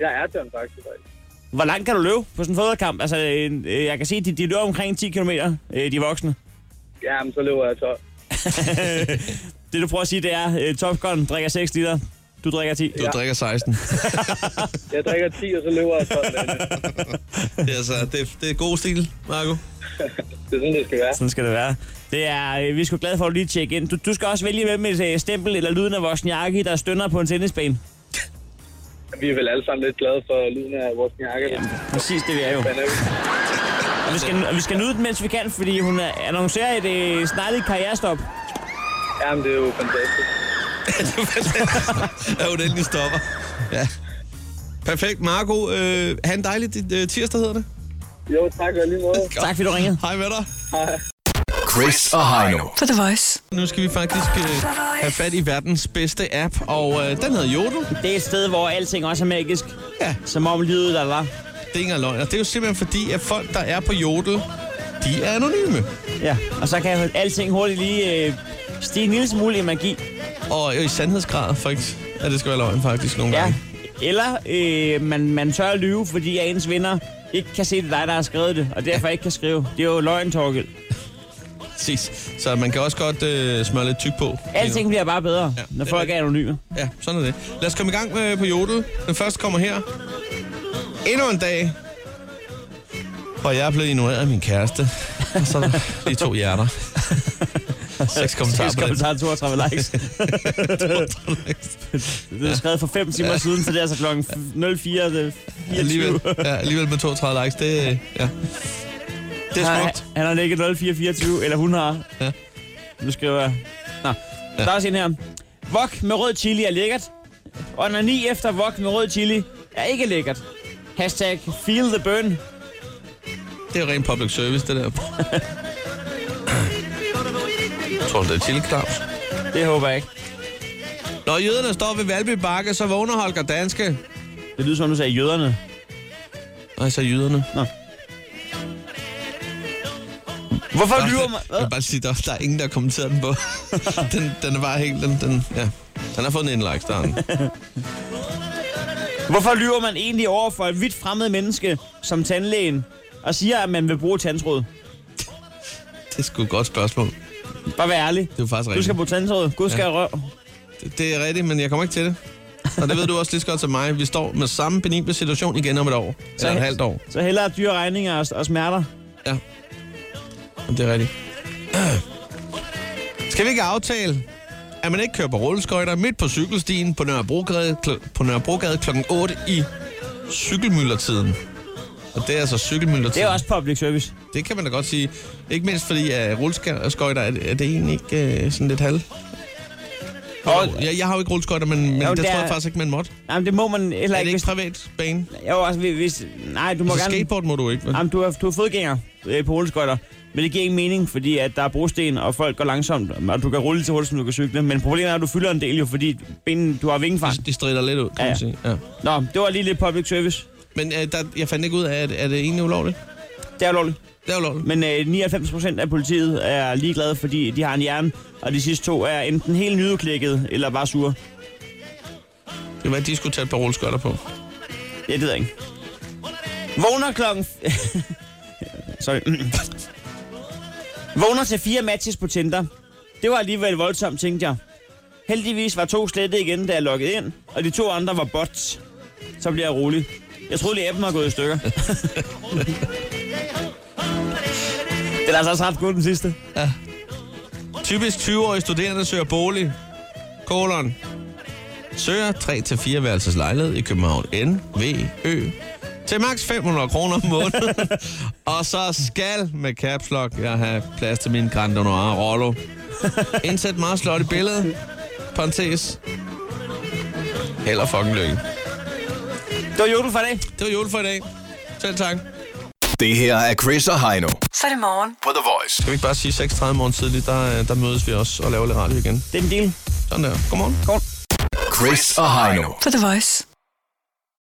[SPEAKER 11] Jeg er John Faxe, faktisk.
[SPEAKER 3] Hvor langt kan du løbe på sådan en fodboldkamp? Altså, øh, øh, jeg kan se, at de, de løber omkring 10 km, øh, de voksne.
[SPEAKER 11] Jamen, så løber jeg 12.
[SPEAKER 3] det, du prøver at sige, det er, øh, Top Gun drikker 6 liter. Du drikker 10.
[SPEAKER 2] Du ja. drikker 16.
[SPEAKER 11] Jeg drikker 10, og så løber jeg 12.
[SPEAKER 2] Det er, altså, det, er- det er god stil, Marco.
[SPEAKER 11] det er sådan, det skal være.
[SPEAKER 3] Sådan skal det være. Det er, øh, vi er sgu glade for at du lige tjekke ind. Du, du skal også vælge hvem med et øh, stempel eller lyden af vores jakke, der stønner på en tennisbane.
[SPEAKER 11] Vi er vel alle sammen lidt glade for lyden af vores jakke. Jamen,
[SPEAKER 3] præcis det, vi er jo. Og vi skal, og vi skal nyde den, mens vi kan, fordi hun øh, annoncerer et øh, snarligt karrierestop.
[SPEAKER 11] Jamen, det er jo fantastisk.
[SPEAKER 2] Ja, hun endelig stopper. Ja. Perfekt, Marco. Øh, ha' en dejlig øh, tirsdag, hedder det.
[SPEAKER 11] Jo, tak og lige måde.
[SPEAKER 3] Tak fordi du ringede.
[SPEAKER 2] Hej med dig.
[SPEAKER 11] Hej.
[SPEAKER 4] Chris og Heino.
[SPEAKER 5] På The Voice.
[SPEAKER 2] Nu skal vi faktisk øh, have fat i verdens bedste app, og øh, den hedder Jodel.
[SPEAKER 3] Det er et sted, hvor alting også er magisk.
[SPEAKER 2] Ja.
[SPEAKER 3] Som om livet der var.
[SPEAKER 2] Det er ikke engang løgn, og det er jo simpelthen fordi, at folk, der er på Jodel, de er anonyme.
[SPEAKER 3] Ja, og så kan jeg alting hurtigt lige øh, stige en lille smule i magi.
[SPEAKER 2] Og øh, i sandhedsgrad, faktisk. Ja, det skal være løgn, faktisk, nogle
[SPEAKER 3] Ja.
[SPEAKER 2] gange.
[SPEAKER 3] Eller øh, man, man tør at lyve, fordi at ens venner ikke kan se, det er dig, der har skrevet det, og derfor ikke kan skrive. Det er jo løgn, Torgild.
[SPEAKER 2] Præcis. Så man kan også godt øh, smøre lidt tyk på.
[SPEAKER 3] Alting bliver bare bedre, ja, når folk er anonyme.
[SPEAKER 2] Ja, sådan er det. Lad os komme i gang med, på Jodel. Den første kommer her. Endnu en dag. Og jeg er blevet ignoreret af min kæreste. Og så er der lige to hjerter. Seks kommentarer på det.
[SPEAKER 3] kommentarer, 32 likes. det er skrevet for 5 timer
[SPEAKER 2] Ja.
[SPEAKER 3] ja. siden, så det er altså klokken 04. det er
[SPEAKER 2] Alligevel,
[SPEAKER 3] 24.
[SPEAKER 2] ja, alligevel med 32 likes, det, øh, ja. det er smukt.
[SPEAKER 3] Han, han har ligget 0424, eller hun har.
[SPEAKER 2] Ja.
[SPEAKER 3] Nu skriver jeg... Nå, ja. der er også en her. Wok med rød chili er lækkert. Onani efter wok med rød chili er ikke lækkert. Hashtag feel the burn.
[SPEAKER 2] Det er jo ren public service, det der. Tror du, det er chili, Claus?
[SPEAKER 3] Det håber jeg ikke.
[SPEAKER 2] Når jøderne står ved Valby Bakke, så vågner Holger Danske.
[SPEAKER 3] Det lyder som, om du sagde jøderne.
[SPEAKER 2] Nej, så jøderne.
[SPEAKER 3] Nå. Hvorfor
[SPEAKER 2] Der-
[SPEAKER 3] lyver man?
[SPEAKER 2] Jeg vil bare sige, der, der er ingen, der har kommenteret den på. den, den er bare helt... Den, den, ja. Den har fået en like, der er den.
[SPEAKER 3] Hvorfor lyver man egentlig over for et vidt fremmed menneske som tandlægen og siger, at man vil bruge tandtråd?
[SPEAKER 2] Det er sgu et godt spørgsmål. Det
[SPEAKER 3] Bare vær ærlig.
[SPEAKER 2] er jo faktisk Altså rigtigt.
[SPEAKER 3] Du skal bruge tandtråd. Gud skal
[SPEAKER 2] Ja.
[SPEAKER 3] ja. røv.
[SPEAKER 2] Det er rigtigt, men jeg kommer ikke til det. Og det ved du også lige så godt som mig. Vi står med samme penible situation igen om et år.
[SPEAKER 3] Så-
[SPEAKER 2] Eller et halvt år.
[SPEAKER 3] Så hellere dyre regninger og, og smerter.
[SPEAKER 2] Om det er rigtigt. Skal vi ikke aftale, at man ikke kører på rulleskøjter midt på cykelstien på Nørrebrogade, kl- på Nørrebrogade kl. 8 i cykelmyldertiden? Og det er altså
[SPEAKER 3] Det
[SPEAKER 2] cykelmyldertiden.
[SPEAKER 3] er også public service.
[SPEAKER 2] Det kan man da godt sige. Ikke mindst fordi, at rulleskøjter, er, er det egentlig ikke øh, sådan lidt halv? Og, jeg, jeg har jo ikke rulleskøjter, men, men
[SPEAKER 3] Jo,
[SPEAKER 2] jo, det,
[SPEAKER 3] det
[SPEAKER 2] tror
[SPEAKER 3] er-
[SPEAKER 2] jeg faktisk ikke, man måtte.
[SPEAKER 3] Nej, men det må man heller
[SPEAKER 2] Er
[SPEAKER 3] ikke.
[SPEAKER 2] det ikke
[SPEAKER 3] Hvis,
[SPEAKER 2] privat bane?
[SPEAKER 3] jo, altså, hvis- hvis, nej, du må
[SPEAKER 2] Altså,
[SPEAKER 3] gerne...
[SPEAKER 2] skateboard må du ikke, vel?
[SPEAKER 3] Jamen, du er, du er fodgænger øh, på rulleskøjter. Men det giver ingen mening, fordi at der er brosten, og folk går langsomt, og du kan rulle lige så hurtigt, som du kan cykle. Men problemet er, at du fylder en del jo, fordi benen, du har vingefang.
[SPEAKER 2] De strider lidt ud, kan
[SPEAKER 3] Ja,
[SPEAKER 2] man
[SPEAKER 3] ja.
[SPEAKER 2] sige. Ja.
[SPEAKER 3] Nå, det var lige lidt public service.
[SPEAKER 2] Men øh, der, jeg fandt ikke ud af, at er det egentlig ulovligt?
[SPEAKER 3] Det er ulovligt.
[SPEAKER 2] Det er ulovligt.
[SPEAKER 3] Men øh, 99 procent af politiet er ligeglade, fordi de har en hjerne, og de sidste to er enten helt nyudklikket, eller bare sure.
[SPEAKER 2] Det var, at de skulle tage et par rulleskøjter på.
[SPEAKER 3] Ja, det ved jeg ikke. Vågner klokken... f- Sorry. Vågner til fire matches på Tinder. Det var alligevel voldsomt, tænkte jeg. Heldigvis var to slettet igen, da jeg loggede ind, og de to andre var bots. Så bliver jeg rolig. Jeg troede lige, appen var gået i stykker. den er altså også ret god, den sidste.
[SPEAKER 2] Typisk 20-årige studerende søger bolig. Kolon. Søger 3-4 værelses lejlighed i København N, V, Ø. Til maks 500 kroner om måneden. og så skal med caps lock jeg have plads til min Grand Honorar Rollo. Indsæt meget slot i billedet. Parentes. Held og fucking lykke.
[SPEAKER 3] Det var jorden for i dag.
[SPEAKER 2] Det var jorden for i dag. Selv tak.
[SPEAKER 4] Det her er Chris og Heino.
[SPEAKER 5] Så er det morgen.
[SPEAKER 4] På The Voice.
[SPEAKER 2] Skal vi ikke bare sige 6.30 morgen tidligt, der, øh, der mødes vi også og laver lidt radio igen.
[SPEAKER 3] Det er en deal.
[SPEAKER 2] Sådan der. Godmorgen.
[SPEAKER 3] Godmorgen.
[SPEAKER 4] Chris og Heino.
[SPEAKER 5] På The Voice.